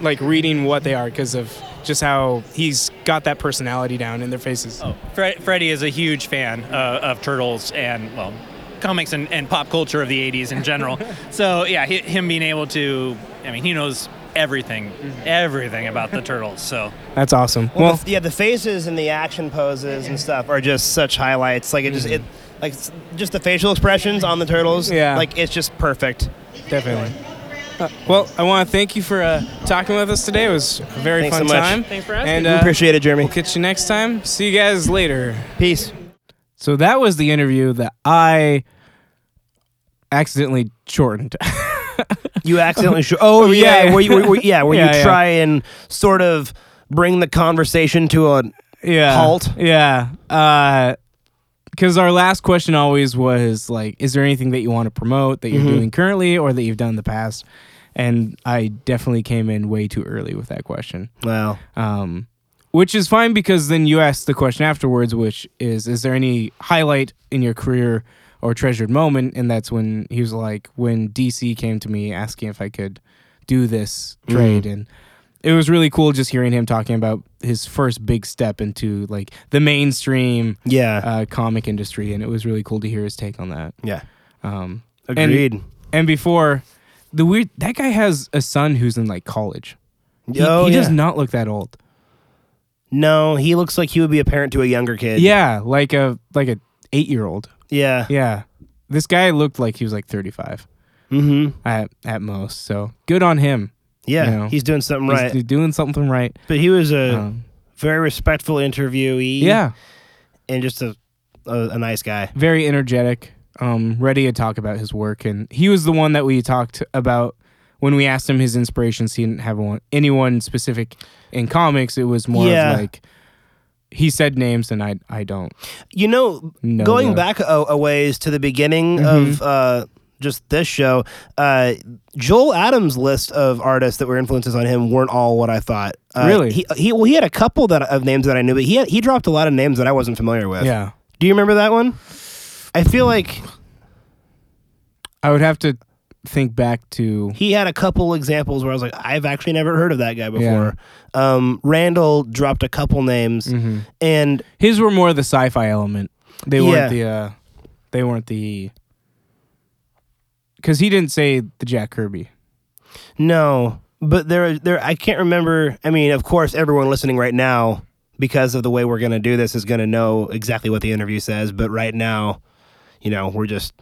Speaker 1: like reading what they are because of just how he's got that personality down in their faces."
Speaker 2: Oh.
Speaker 7: Fre- Freddie is a huge fan uh, of turtles and well, comics and, and pop culture of the '80s in general. so yeah, hi him being able to, I mean, he knows everything, everything about the turtles. So
Speaker 1: That's awesome.
Speaker 2: Well,
Speaker 1: Well,
Speaker 2: the- yeah, the faces and the action poses and stuff are just such highlights. Like it just it like s- just the facial expressions on the turtles.
Speaker 1: Yeah.
Speaker 2: Like it's just perfect.
Speaker 1: definitely. Uh, well, I want to thank you for uh, talking with us today. It was a very
Speaker 2: Thanks so
Speaker 1: fun
Speaker 2: much.
Speaker 1: time.
Speaker 7: Thanks for asking.
Speaker 1: And
Speaker 2: we
Speaker 1: uh,
Speaker 2: appreciate it, Jeremy.
Speaker 1: we'll catch you next time. See you guys later.
Speaker 2: Peace.
Speaker 1: So that was the interview that I accidentally shortened.
Speaker 2: You accidentally sh- oh yeah,
Speaker 1: Yeah.
Speaker 2: Where you, where, where- yeah, where
Speaker 1: Yeah, yeah.
Speaker 2: you try and sort of bring the conversation to a
Speaker 1: yeah.
Speaker 2: Halt.
Speaker 1: Yeah. Because our last question always was like, is there anything that you want to promote that you're doing currently or that you've done in the past? And I definitely came in way too early with that question.
Speaker 2: well.
Speaker 1: um, which is fine because then you ask the question afterwards, which is, is there any highlight in your career or treasured moment? And that's when he was like, when DC came to me asking if I could do this
Speaker 2: Mm.
Speaker 1: trade, and it was really cool just hearing him talking about his first big step into like the mainstream
Speaker 2: Yeah.
Speaker 1: uh, comic industry, and it was really cool to hear his take on that.
Speaker 2: yeah.
Speaker 1: Um, and-
Speaker 2: Agreed.
Speaker 1: and before the weird, that guy has a son who's in like college. He,
Speaker 2: Oh,
Speaker 1: he
Speaker 2: yeah.
Speaker 1: does not look that old.
Speaker 2: No, he looks like he would be a parent to a younger kid.
Speaker 1: Yeah, like a like a eight year old.
Speaker 2: Yeah.
Speaker 1: Yeah, this guy looked like he was like thirty five
Speaker 2: Mm-hmm.
Speaker 1: at at most. So good on him.
Speaker 2: Yeah.
Speaker 1: You know,
Speaker 2: he's doing something right.
Speaker 1: He's doing something right.
Speaker 2: but he was a
Speaker 1: Um,
Speaker 2: very respectful interviewee.
Speaker 1: yeah,
Speaker 2: And just a a, a nice guy.
Speaker 1: very energetic. Um, ready to talk about his work, and he was the one that we talked about when we asked him his inspirations, he didn't have one, anyone specific in comics. It was more
Speaker 2: Yeah.
Speaker 1: of like he said names and I I don't.
Speaker 2: You know,
Speaker 1: No,
Speaker 2: going
Speaker 1: no. Mm-hmm.
Speaker 2: back a, a ways to the beginning of uh, just this show, uh, Joel Adams' list of artists that were influences on him weren't all what I thought. Uh,
Speaker 1: Really?
Speaker 2: He, he well, he had a couple that of names that I knew, but he had, he dropped a lot of names that I wasn't familiar with.
Speaker 1: Yeah, Mm.
Speaker 2: Do you remember that one? I feel like
Speaker 1: I would have to think back to
Speaker 2: he had a couple examples where I was like, I've actually never heard of that guy before. Um, Randall dropped a couple names, and
Speaker 1: Mm-hmm. his were more the sci-fi element. They
Speaker 2: Yeah.
Speaker 1: weren't the uh, they weren't the because he didn't say the Jack Kirby.
Speaker 2: No, but there, there. I can't remember. I mean, of course, everyone listening right now, because of the way we're going to do this, is going to know exactly what the interview says. But right now, you know, we're just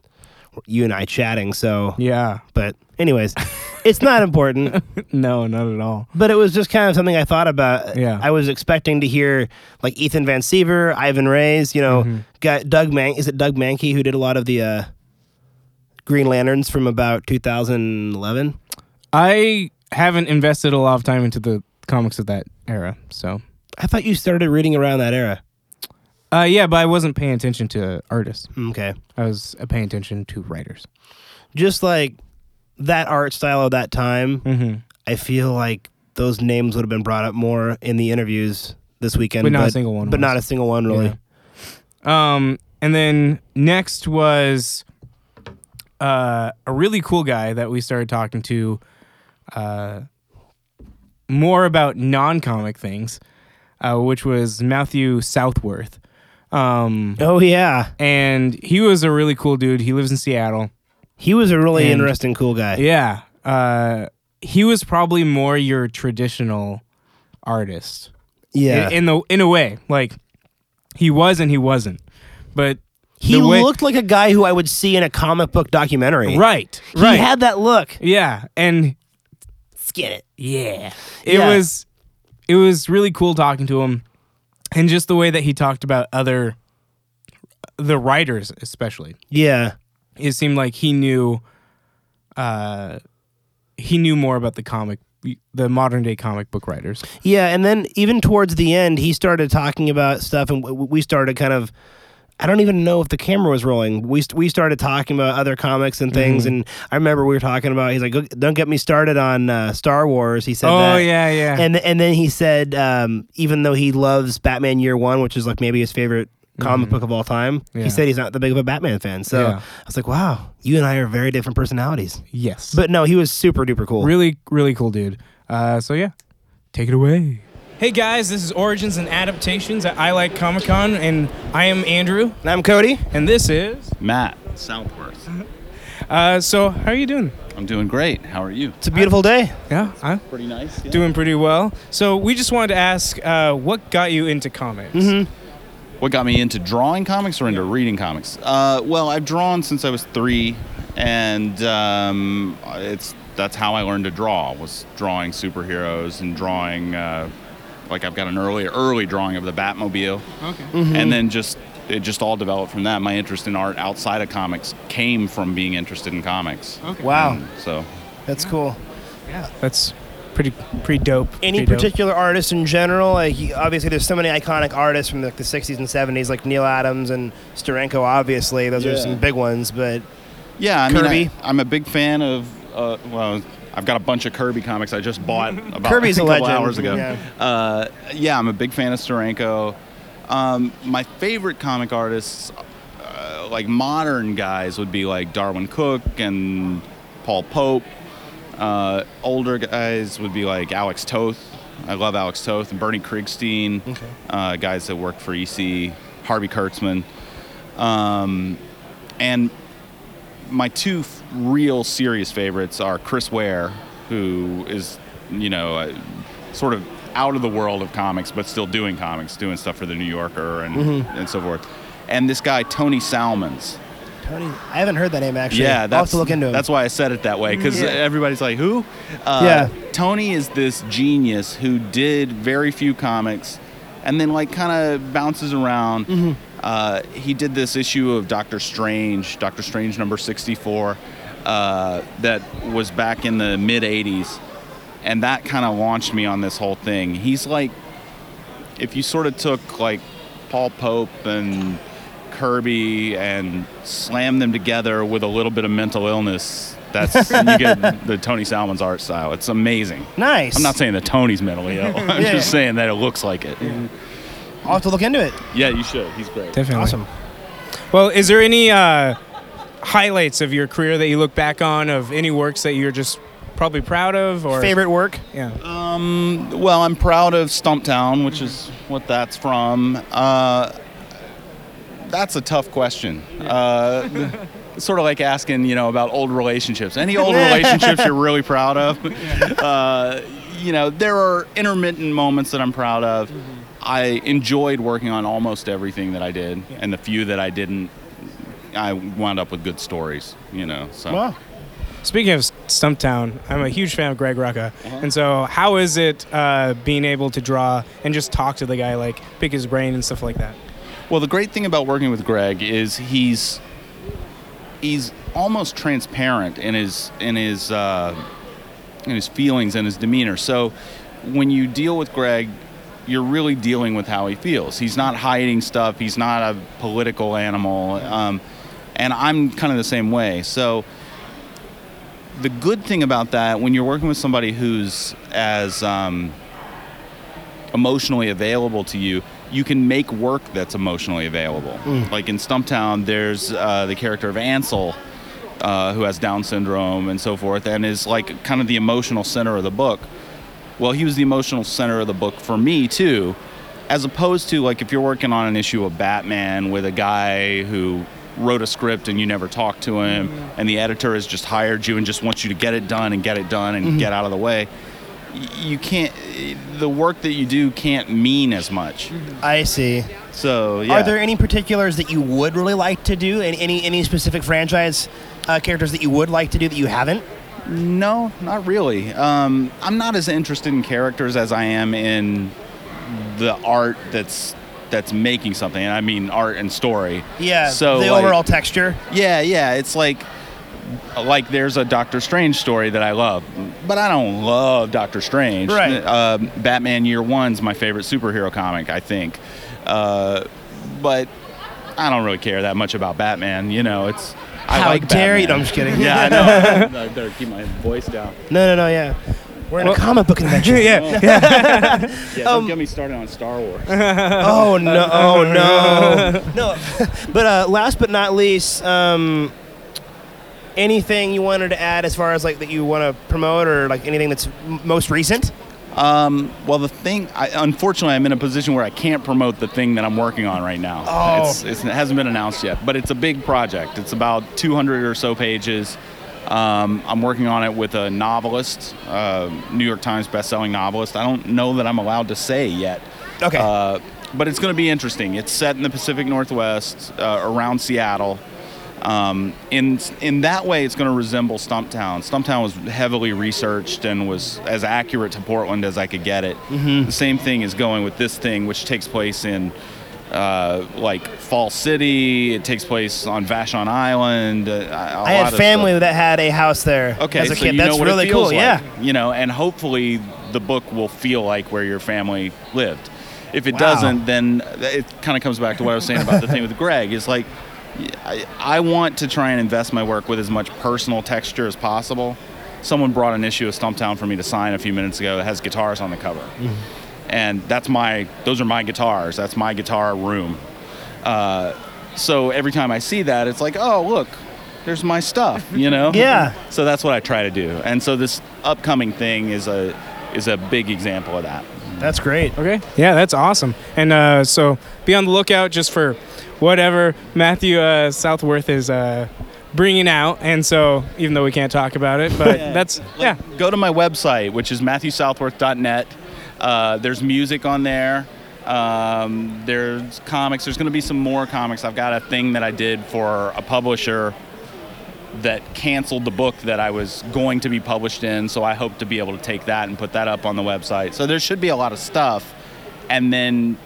Speaker 2: you and I chatting. So,
Speaker 1: Yeah,
Speaker 2: but anyways, it's not important.
Speaker 1: no, not at all.
Speaker 2: But it was just kind of something I thought about.
Speaker 1: Yeah.
Speaker 2: I was expecting to hear like Ethan Van Siever, Ivan Reyes. You know,
Speaker 1: Mm-hmm.
Speaker 2: got Doug Man. Is it Doug Mankey who did a lot of the uh, Green Lanterns from about 2011?
Speaker 1: I haven't invested a lot of time into the comics of that era, so
Speaker 2: I thought you started reading around that era.
Speaker 1: uh, yeah. But I wasn't paying attention to artists.
Speaker 2: Mm, Okay.
Speaker 1: I was uh, paying attention to writers.
Speaker 2: Just like that art style of that time,
Speaker 1: Mm-hmm.
Speaker 2: I feel like those names would have been brought up more in the interviews this weekend.
Speaker 1: But not a single one
Speaker 2: But not a
Speaker 1: was.
Speaker 2: single one, really.
Speaker 1: Um, and then next was uh, a really cool guy that we started talking to uh, more about non comic things, uh, which was Matthew Southworth. Um,
Speaker 2: Oh, yeah.
Speaker 1: and he was a really cool dude. He lives in Seattle.
Speaker 2: He was a really
Speaker 1: And-
Speaker 2: interesting, cool guy.
Speaker 1: Yeah. Uh, he was probably more your traditional artist.
Speaker 2: yeah.
Speaker 1: in, in the in a way. Like he was and he wasn't. But
Speaker 2: he
Speaker 1: the way-
Speaker 2: looked like a guy who I would see in a comic book documentary.
Speaker 1: right,
Speaker 2: He
Speaker 1: right,
Speaker 2: had that look.
Speaker 1: yeah, and
Speaker 2: Skin it.
Speaker 1: yeah, it
Speaker 2: Yeah.
Speaker 1: was it was really cool talking to him, and just the way that he talked about other the writers, especially.
Speaker 2: Yeah.
Speaker 1: It seemed like he knew, uh, he knew more about the comic, the modern day comic book writers.
Speaker 2: Yeah, and then even towards the end, he started talking about stuff, and w- we started kind of. I don't even know if the camera was rolling. We st- we started talking about other comics and things,
Speaker 1: Mm-hmm.
Speaker 2: and I remember we were talking about. He's like, "Look, "Don't get me started on uh, Star Wars." He said,
Speaker 1: Oh
Speaker 2: that.
Speaker 1: yeah, yeah,
Speaker 2: And and then he said, um, even though he loves Batman Year One, which is like maybe his favorite comic book of all time,
Speaker 1: Mm-hmm. Yeah.
Speaker 2: he said he's not that big of a Batman fan. So
Speaker 1: Yeah.
Speaker 2: I was like, "Wow, you and I are very different personalities."
Speaker 1: yes,
Speaker 2: But no, he was super duper cool.
Speaker 1: Really, really cool dude. Uh, so yeah, take it away. Hey guys, this is Origins and Adaptations at I Like Comic Con, and I am Andrew,
Speaker 2: And I'm Cody.
Speaker 1: and this is.
Speaker 8: Matt Southworth.
Speaker 1: Uh, so how are you doing?
Speaker 8: I'm doing great. How are you?
Speaker 2: It's a beautiful day.
Speaker 1: Yeah, I'm
Speaker 8: Pretty nice. yeah.
Speaker 1: doing pretty well. So we just wanted to ask, uh, what got you into comics?
Speaker 2: Mm-hmm.
Speaker 8: What got me into drawing comics or into reading comics? Uh, well, I've drawn since I was three, and um, it's that's how I learned to draw was drawing superheroes and drawing. Uh, like I've got an early, early drawing of the Batmobile, okay.
Speaker 2: Mm-hmm.
Speaker 8: and then just it just all developed from that. My interest in art outside of comics came from being interested in comics.
Speaker 2: Wow,
Speaker 8: So
Speaker 2: that's cool.
Speaker 1: That's pretty, pretty dope.
Speaker 2: any
Speaker 1: pretty dope.
Speaker 2: particular artist in general? Like you- obviously, there's so many iconic artists from like the '60s and '70s, like Neil Adams and Steranko. Obviously, those are
Speaker 8: Yeah.
Speaker 2: some big ones. But
Speaker 8: Yeah, I
Speaker 2: Kirby.
Speaker 8: mean, I, I'm a big fan of. Uh, well, I've got a bunch of Kirby comics I just bought about
Speaker 2: Kirby's a
Speaker 8: a, couple
Speaker 2: legend,
Speaker 8: hours ago.
Speaker 2: yeah.
Speaker 8: Uh, yeah, I'm a big fan of Steranko. Um, my favorite comic artists, uh, like modern guys, would be like Darwin Cook and Paul Pope. Uh, older guys would be like Alex Toth. I love Alex Toth and Bernie Krigstein. Uh, guys that worked for EC, Harvey Kurtzman. Um, and my two f- real serious favorites are Chris Ware, who is, you know, uh, sort of out of the world of comics, but still doing comics, doing stuff for the New Yorker and, and so forth. And this guy, Tony Salmons.
Speaker 2: Tony, I haven't heard that name actually.
Speaker 8: Yeah,
Speaker 2: I'll
Speaker 8: that's,
Speaker 2: have to look into it.
Speaker 8: that's why I said it that way, because
Speaker 2: Yeah.
Speaker 8: everybody's like, who? Uh,
Speaker 2: Yeah.
Speaker 8: Tony is this genius who did very few comics and then, like, kind of bounces around.
Speaker 2: Mm-hmm.
Speaker 8: Uh, he did this issue of Doctor Strange, Doctor Strange number 64. uh, that was back in the mid 80s. And that kind of launched me on this whole thing. He's like, if you sort of took like Paul Pope and Kirby and slammed them together with a little bit of mental illness, that's you get the Tony Salmon's art style. It's amazing.
Speaker 2: Nice.
Speaker 8: I'm not saying that Tony's mentally ill. I'm
Speaker 2: Yeah.
Speaker 8: just saying that it looks like it.
Speaker 2: I'll have to look into it.
Speaker 8: Yeah, you should. He's great.
Speaker 1: Definitely.
Speaker 2: Awesome.
Speaker 1: Well, is there any uh, highlights of your career that you look back on of any works that you're just probably proud of or
Speaker 2: Favorite work?
Speaker 1: Yeah.
Speaker 8: Um, well, I'm proud of Stumptown, which is what that's from. Uh, that's a tough question. Uh, sort of like asking, you know, about old relationships. Any old relationships you're really proud of? Uh, you know, there are intermittent moments that I'm proud of.
Speaker 2: Mm-hmm.
Speaker 8: I enjoyed working on almost everything that I did, and the few that I didn't, I wound up with good stories. You know, so.
Speaker 2: Wow.
Speaker 1: Speaking of Stumptown, I'm a huge fan of Greg Rucka, and so how is it uh, being able to draw and just talk to the guy, like pick his brain and stuff like that?
Speaker 8: Well, the great thing about working with Greg is he's he's almost transparent in his in his uh, in his feelings and his demeanor. So when you deal with Greg, you're really dealing with how he feels. He's not hiding stuff. He's not a political animal. Um, and I'm kind of the same way. So the good thing about that, when you're working with somebody who's as um, emotionally available to you, you can make work that's emotionally available. Like in Stumptown, there's uh, the character of Ansel, uh, who has Down syndrome and so forth, and is like kind of the emotional center of the book. Well, he was the emotional center of the book for me too, as opposed to like if you're working on an issue of Batman with a guy who wrote a script and you never talked to him, and the editor has just hired you and just wants you to get it done and get it done and get out of the way you can't the work that you do can't mean as much
Speaker 2: I see.
Speaker 8: so yeah
Speaker 2: Are there any particulars that you would really like to do? Any any, any specific franchise uh, characters that you would like to do that you haven't?
Speaker 8: no not really um, i'm not as interested in characters as i am in the art that's that's making something and i mean art and story
Speaker 2: Yeah.
Speaker 8: so
Speaker 2: the
Speaker 8: like-
Speaker 2: overall texture.
Speaker 8: yeah yeah it's like like there's a doctor strange story that i love but i don't love doctor strange
Speaker 2: Right.
Speaker 8: uh, batman year one's my favorite superhero comic i think uh, but i don't really care that much about batman you know it's I
Speaker 2: How
Speaker 8: like
Speaker 2: dare you? No, I'm
Speaker 8: Batman.
Speaker 2: just kidding.
Speaker 8: yeah i know i better keep my voice down
Speaker 2: No, no, no. Yeah. We're in a comic book convention.
Speaker 1: yeah.
Speaker 8: Oh.
Speaker 2: Um,
Speaker 8: yeah don't get me started on star wars
Speaker 2: Oh no! Oh no! no. But uh, last but not least, um, anything you wanted to add as far as like that you want to promote or like anything that's m- most recent?
Speaker 8: Um, well, the thing, I, unfortunately, I'm in a position where I can't promote the thing that I'm working on right now.
Speaker 2: Oh.
Speaker 8: It's, it's, it hasn't been announced yet, but it's a big project. It's about 200 or so pages. Um, I'm working on it with a novelist, uh, New York Times best-selling novelist. I don't know that I'm allowed to say yet.
Speaker 2: Okay.
Speaker 8: Uh, but it's going to be interesting. It's set in the Pacific Northwest, uh, around Seattle. Um, in in that way, it's going to resemble Stumptown. Stumptown was heavily researched and was as accurate to Portland as I could get it.
Speaker 2: Mm-hmm.
Speaker 8: The same thing is going with this thing, which takes place in uh, like Fall City. It takes place on Vashon Island. Uh,
Speaker 2: I had family that had a house there
Speaker 8: Okay,
Speaker 2: as a
Speaker 8: so
Speaker 2: kid.
Speaker 8: you
Speaker 2: that's
Speaker 8: know what
Speaker 2: really
Speaker 8: it feels
Speaker 2: cool.
Speaker 8: like,
Speaker 2: Yeah.
Speaker 8: you know, and hopefully the book will feel like where your family lived. If it
Speaker 2: Wow.
Speaker 8: doesn't, then it kind of comes back to what I was saying about the thing with Greg. It's like I, I want to try and invest my work with as much personal texture as possible. Someone brought an issue of Stumptown for me to sign a few minutes ago that has guitars on the cover, and that's my those are my guitars. That's my guitar room. Uh, so every time I see that, it's like, oh look, there's my stuff. You know?
Speaker 2: Yeah.
Speaker 8: So that's what I try to do, and so this upcoming thing is a is a big example of that.
Speaker 2: That's great.
Speaker 1: Okay. Yeah, that's awesome. And uh, so be on the lookout just for whatever Matthew uh, Southworth is uh, bringing out. And so, even though we can't talk about it, but that's yeah.
Speaker 8: go to my website, which is matthewsouthworth.net. Uh, there's music on there. Um, there's comics. There's going to be some more comics. I've got a thing that I did for a publisher that canceled the book that I was going to be published in. So I hope to be able to take that and put that up on the website. So there should be a lot of stuff. And then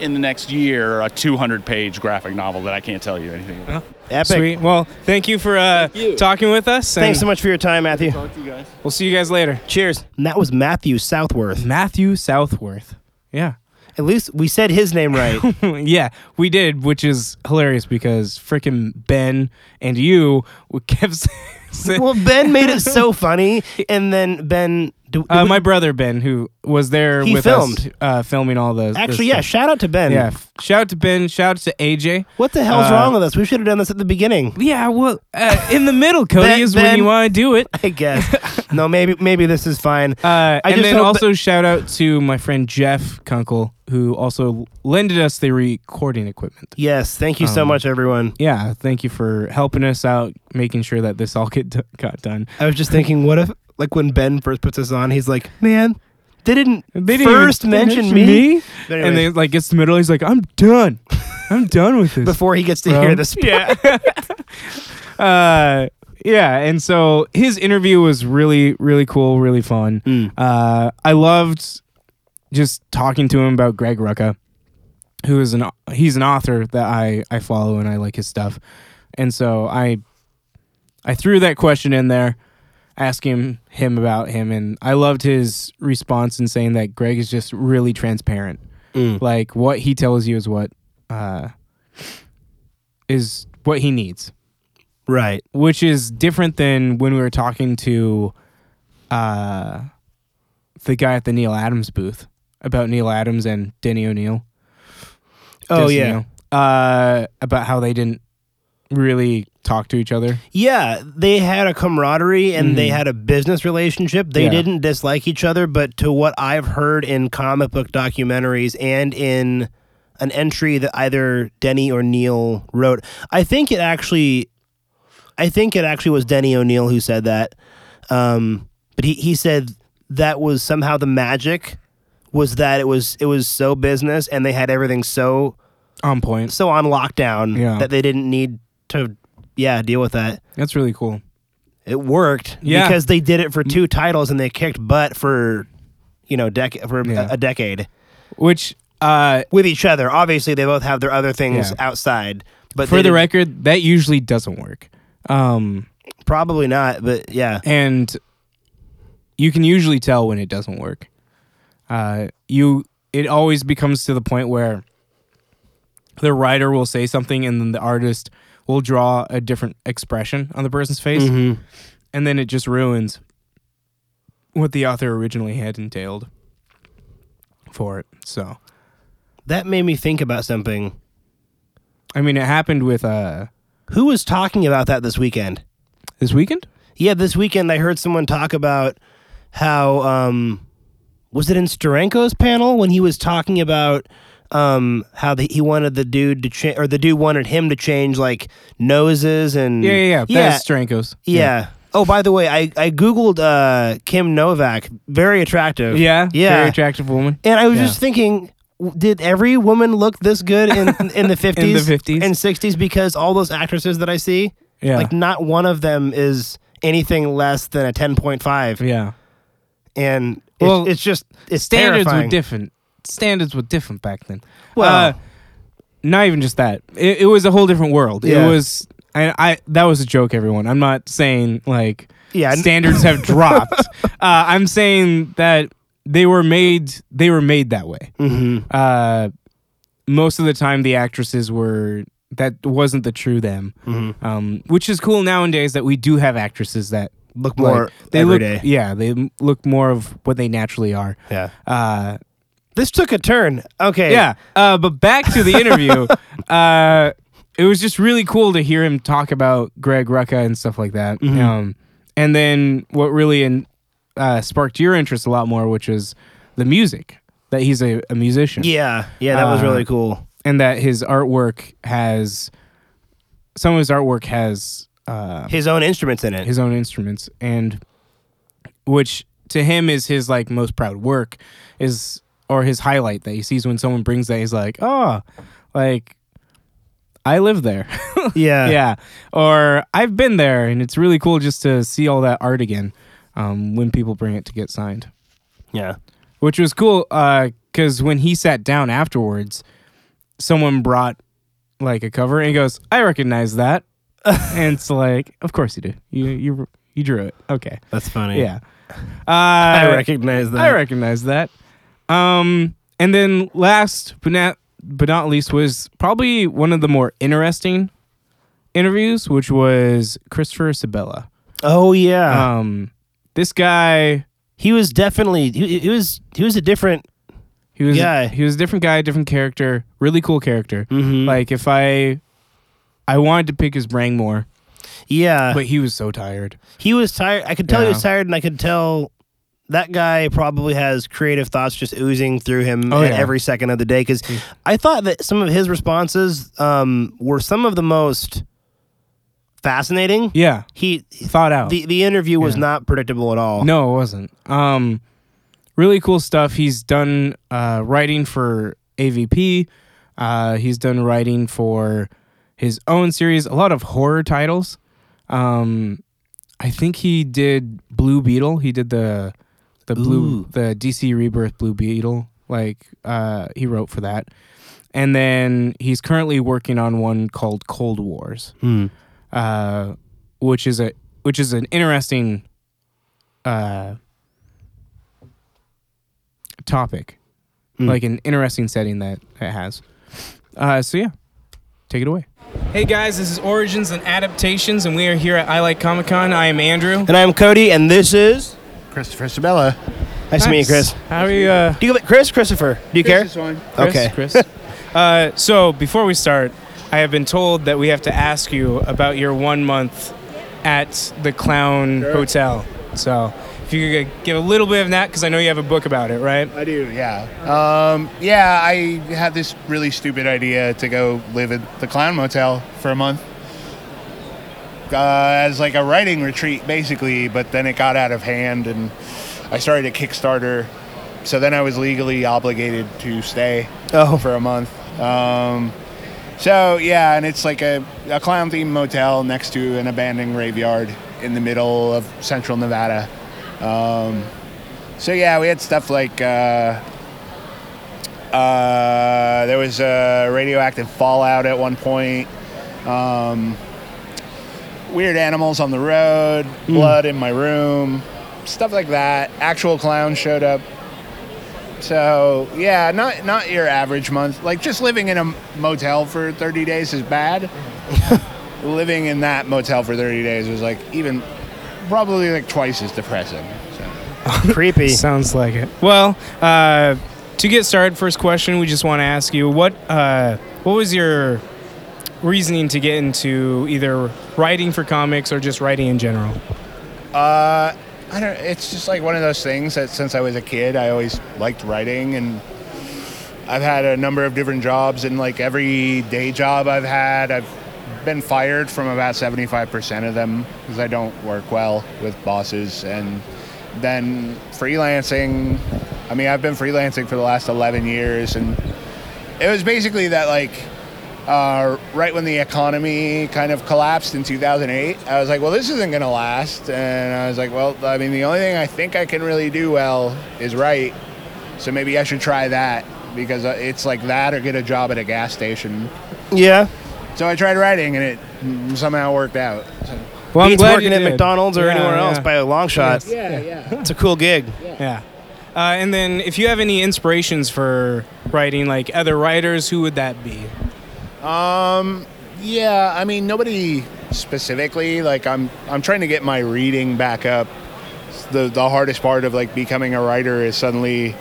Speaker 8: in the next year a 200 page graphic novel that I can't tell you anything
Speaker 1: Uh-huh.
Speaker 8: about.
Speaker 2: Epic.
Speaker 1: Sweet. Well, thank you for uh, talking with us. and
Speaker 2: Thanks so much for your time, Matthew.
Speaker 1: We'll see you guys later.
Speaker 2: Cheers. And that was Matthew Southworth.
Speaker 1: Matthew Southworth. Yeah.
Speaker 2: At least we said his name right.
Speaker 1: yeah, we did, which is hilarious because freaking Ben and you we kept saying.
Speaker 2: well, Ben made it so funny, and then Ben. Do,
Speaker 1: uh, my brother Ben, who was there
Speaker 2: He
Speaker 1: with us,
Speaker 2: filmed.
Speaker 1: uh, filming all those.
Speaker 2: actually, yeah.
Speaker 1: shout
Speaker 2: Shout out to Ben.
Speaker 1: yeah. f- Shout out to Ben. Shout out to AJ.
Speaker 2: What the hell's
Speaker 1: Uh,
Speaker 2: wrong with us? We should have done this at the beginning.
Speaker 1: Yeah, well, uh, in the middle, Cody
Speaker 2: Ben-
Speaker 1: is when
Speaker 2: Ben-
Speaker 1: you want to do it.
Speaker 2: I guess. no, maybe maybe this is fine.
Speaker 1: Uh,
Speaker 2: I
Speaker 1: and
Speaker 2: just
Speaker 1: then
Speaker 2: hope
Speaker 1: also shout out to my friend Jeff Kunkel, who also lended us the recording equipment.
Speaker 2: yes, thank you so
Speaker 1: um,
Speaker 2: much, everyone.
Speaker 1: Yeah, thank you for helping us out, making sure that this all get do- got done.
Speaker 2: I was just thinking, what if like when Ben first puts this on, he's like, man, they didn't,
Speaker 1: They didn't
Speaker 2: first
Speaker 1: even
Speaker 2: mention me. But
Speaker 1: and
Speaker 2: anyways,
Speaker 1: then like it's the middle. He's like, "I'm done, I'm done with this."
Speaker 2: before he gets to
Speaker 1: bro."
Speaker 2: hear this,
Speaker 1: yeah, uh, yeah. And so his interview was really, really cool, really fun.
Speaker 2: Mm.
Speaker 1: Uh, I loved just talking to him about Greg Rucka, who is an he's an author that I I follow and I like his stuff, and so I I threw that question in there, asking him about him, and I loved his response in saying that Greg is just really transparent,
Speaker 2: Mm.
Speaker 1: like what he tells you is what uh, is what he needs
Speaker 2: right?
Speaker 1: which is different than when we were talking to uh, the guy at the Neil Adams booth about Neil Adams and Denny O'Neill.
Speaker 2: Oh
Speaker 1: Desi
Speaker 2: yeah,
Speaker 1: O'Neill, uh, about how they didn't really talk to each other.
Speaker 2: Yeah, they had a camaraderie and they
Speaker 1: Mhm.
Speaker 2: had a business relationship. They
Speaker 1: Yeah.
Speaker 2: didn't dislike each other, but to what I've heard in comic book documentaries and in an entry that either Denny or Neil wrote, I think it actually, I think it actually was Denny O'Neill who said that. Um, but he he said that was somehow the magic was that it was it was so business and they had everything so
Speaker 1: On point.
Speaker 2: so on lockdown
Speaker 1: Yeah.
Speaker 2: that they didn't need to yeah deal with that.
Speaker 1: That's really cool.
Speaker 2: It worked
Speaker 1: Yeah.
Speaker 2: because they did it for two titles and they kicked butt for you know dec- for a-
Speaker 1: Yeah.
Speaker 2: a, decade
Speaker 1: Which, uh,
Speaker 2: with each other. Obviously, they both have their other things
Speaker 1: Yeah.
Speaker 2: outside, but
Speaker 1: for
Speaker 2: they
Speaker 1: the
Speaker 2: did-
Speaker 1: record, that usually doesn't work. Um,
Speaker 2: probably not. But yeah,
Speaker 1: and you can usually tell when it doesn't work. Uh, you it always becomes to the point where the writer will say something and then the artist will draw a different expression on the person's face
Speaker 2: Mm-hmm.
Speaker 1: and then it just ruins what the author originally had entailed for it. So,
Speaker 2: that made me think about something.
Speaker 1: I mean, it happened with uh
Speaker 2: Who was talking about that this weekend?
Speaker 1: this weekend?
Speaker 2: Yeah, this weekend I heard someone talk about how um, was it in Steranko's panel when he was talking about um, how the, he wanted the dude to change or the dude wanted him to change like noses and
Speaker 1: Yeah, yeah, yeah.
Speaker 2: yeah,
Speaker 1: That's Stranko's.
Speaker 2: yeah. Oh, by the way, I I googled uh, Kim Novak, very attractive.
Speaker 1: Yeah.
Speaker 2: yeah.
Speaker 1: Very attractive woman.
Speaker 2: And I was
Speaker 1: Yeah.
Speaker 2: just thinking, w- did every woman look this good in in the fifties,
Speaker 1: 50s?
Speaker 2: and sixties? Because all those actresses that I see,
Speaker 1: Yeah.
Speaker 2: like not one of them is anything less than a ten point five,
Speaker 1: yeah.
Speaker 2: and it's,
Speaker 1: Well,
Speaker 2: it's just it's
Speaker 1: standards
Speaker 2: terrifying.
Speaker 1: were different. Standards were different back then.
Speaker 2: Well-
Speaker 1: uh, not even just that. It, it was a whole different world.
Speaker 2: Yeah.
Speaker 1: It was, and I that was a joke. Everyone, I'm not saying like
Speaker 2: Yeah, n-
Speaker 1: standards have dropped. Uh, I'm saying that they were made. They were made that way.
Speaker 2: Mhm.
Speaker 1: Uh, most of the time, the actresses were that wasn't the true them,
Speaker 2: Mm-hmm.
Speaker 1: um, which is cool nowadays that we do have actresses that
Speaker 2: Look more
Speaker 1: like, they
Speaker 2: every
Speaker 1: look
Speaker 2: day.
Speaker 1: yeah they m- look more of what they naturally are.
Speaker 2: Yeah.
Speaker 1: Uh,
Speaker 2: This took a turn. Okay.
Speaker 1: yeah. Uh, but back to the interview. uh, it was just really cool to hear him talk about Greg Rucka and stuff like that. Um, and then what really in, uh, sparked your interest a lot more, which is the music that he's a, a musician
Speaker 2: Yeah. Yeah. That was
Speaker 1: Uh,
Speaker 2: really cool.
Speaker 1: and that his artwork has some of his artwork has uh,
Speaker 2: His own instruments in it.
Speaker 1: his own instruments and which to him is his like most proud work is or his highlight that he sees when someone brings that he's like oh like i live there
Speaker 2: yeah.
Speaker 1: yeah or i've been there and it's really cool just to see all that art again um, when people bring it to get signed
Speaker 2: Yeah.
Speaker 1: uh, which was cool because when he sat down afterwards someone brought like a cover and he goes, I recognize that. and it's like, of course you do. You you you drew it. Okay.
Speaker 2: That's funny.
Speaker 1: Yeah. Uh,
Speaker 2: I recognize that.
Speaker 1: I recognize that. Um, and then last but not but not least was probably one of the more interesting interviews, which was Christopher Sabella.
Speaker 2: Oh yeah.
Speaker 1: Um, this guy,
Speaker 2: he was definitely he, he was he was a different
Speaker 1: he was
Speaker 2: Yeah.
Speaker 1: he was a different guy, different character, really cool character.
Speaker 2: Mm-hmm.
Speaker 1: Like if I, I wanted to pick his brain more,
Speaker 2: yeah.
Speaker 1: but he was so tired.
Speaker 2: He was tired. I could tell he was
Speaker 1: Yeah.
Speaker 2: tired, and I could tell that guy probably has creative thoughts just oozing through him
Speaker 1: Oh,
Speaker 2: at
Speaker 1: yeah. Mm.
Speaker 2: every second of the day. Because I thought that some of his responses um, were some of the most fascinating.
Speaker 1: Yeah,
Speaker 2: He
Speaker 1: thought out.
Speaker 2: the the interview was
Speaker 1: Yeah.
Speaker 2: not predictable at all.
Speaker 1: No, it wasn't. Um, really cool stuff. He's done uh, writing for AVP. Uh, he's done writing for his own series, a lot of horror titles. Um, I think he did Blue Beetle. He did the the blue
Speaker 2: Ooh.
Speaker 1: the DC Rebirth Blue Beetle. Like uh, he wrote for that. And then he's currently working on one called Cold Wars, uh, which is a which is an interesting uh, topic, like an interesting setting that it has. Uh, so yeah, take it away. Hey guys, this is Origins and Adaptations, and we are here at I Like Comic Con. I am Andrew.
Speaker 2: And I'm Cody, and this is
Speaker 9: Christopher Sabella.
Speaker 2: nice, to meet you, Chris.
Speaker 1: How are you? Uh,
Speaker 2: Do you go by Chris Christopher? Do you care?
Speaker 1: Chris?
Speaker 2: Okay.
Speaker 1: Chris. uh, so before we start, I have been told that we have to ask you about your one month at the Clown Hotel. So if you could give a little bit of that, because I know you have a book about it, right?
Speaker 9: I do, yeah. Um, yeah, I had this really stupid idea to go live at the Clown Motel for a month uh, as like a writing retreat, basically, but then it got out of hand and I started a Kickstarter. So then I was legally obligated to stay
Speaker 2: Oh.
Speaker 9: for a month. Um, so yeah, and it's like a, a clown themed motel next to an abandoned graveyard in the middle of central Nevada. Um, so yeah, we had stuff like uh, uh, there was uh, radioactive fallout at one point. Um, weird animals on the road, blood in my room, stuff like that. Actual clowns showed up. So yeah, not not your average month. Like just living in a motel for 30 days is bad. living in that motel for 30 days was like even probably like twice as depressing. So.
Speaker 2: Creepy.
Speaker 1: Sounds like it. Well, uh, to get started, first question we just want to ask you what uh, what was your reasoning to get into either writing for comics or just writing in general?
Speaker 9: Uh, I don't. It's just like one of those things that since I was a kid, I always liked writing, and I've had a number of different jobs, and like every day job I've had, I've been fired from about seventy-five percent of them because I don't work well with bosses, and then freelancing. I mean, I've been freelancing for the last eleven years, and it was basically that like uh, right when the economy kind of collapsed in 2008, I was like, well, this isn't going to last. And I was like, well, I mean, the only thing I think I can really do well is write. So maybe I should try that because uh, it's like that or get a job at a gas station.
Speaker 2: yeah.
Speaker 9: So I tried writing and it somehow worked out. So-
Speaker 1: Well,
Speaker 2: Beats working at McDonald's or anywhere else by a long shot.
Speaker 9: yeah, yeah.
Speaker 2: It's a cool gig.
Speaker 1: Yeah. Uh, and then, if you have any inspirations for writing, like other writers, who would that be?
Speaker 9: Um, yeah, I mean nobody specifically. Like I'm, I'm trying to get my reading back up. It's The the hardest part of like becoming a writer is suddenly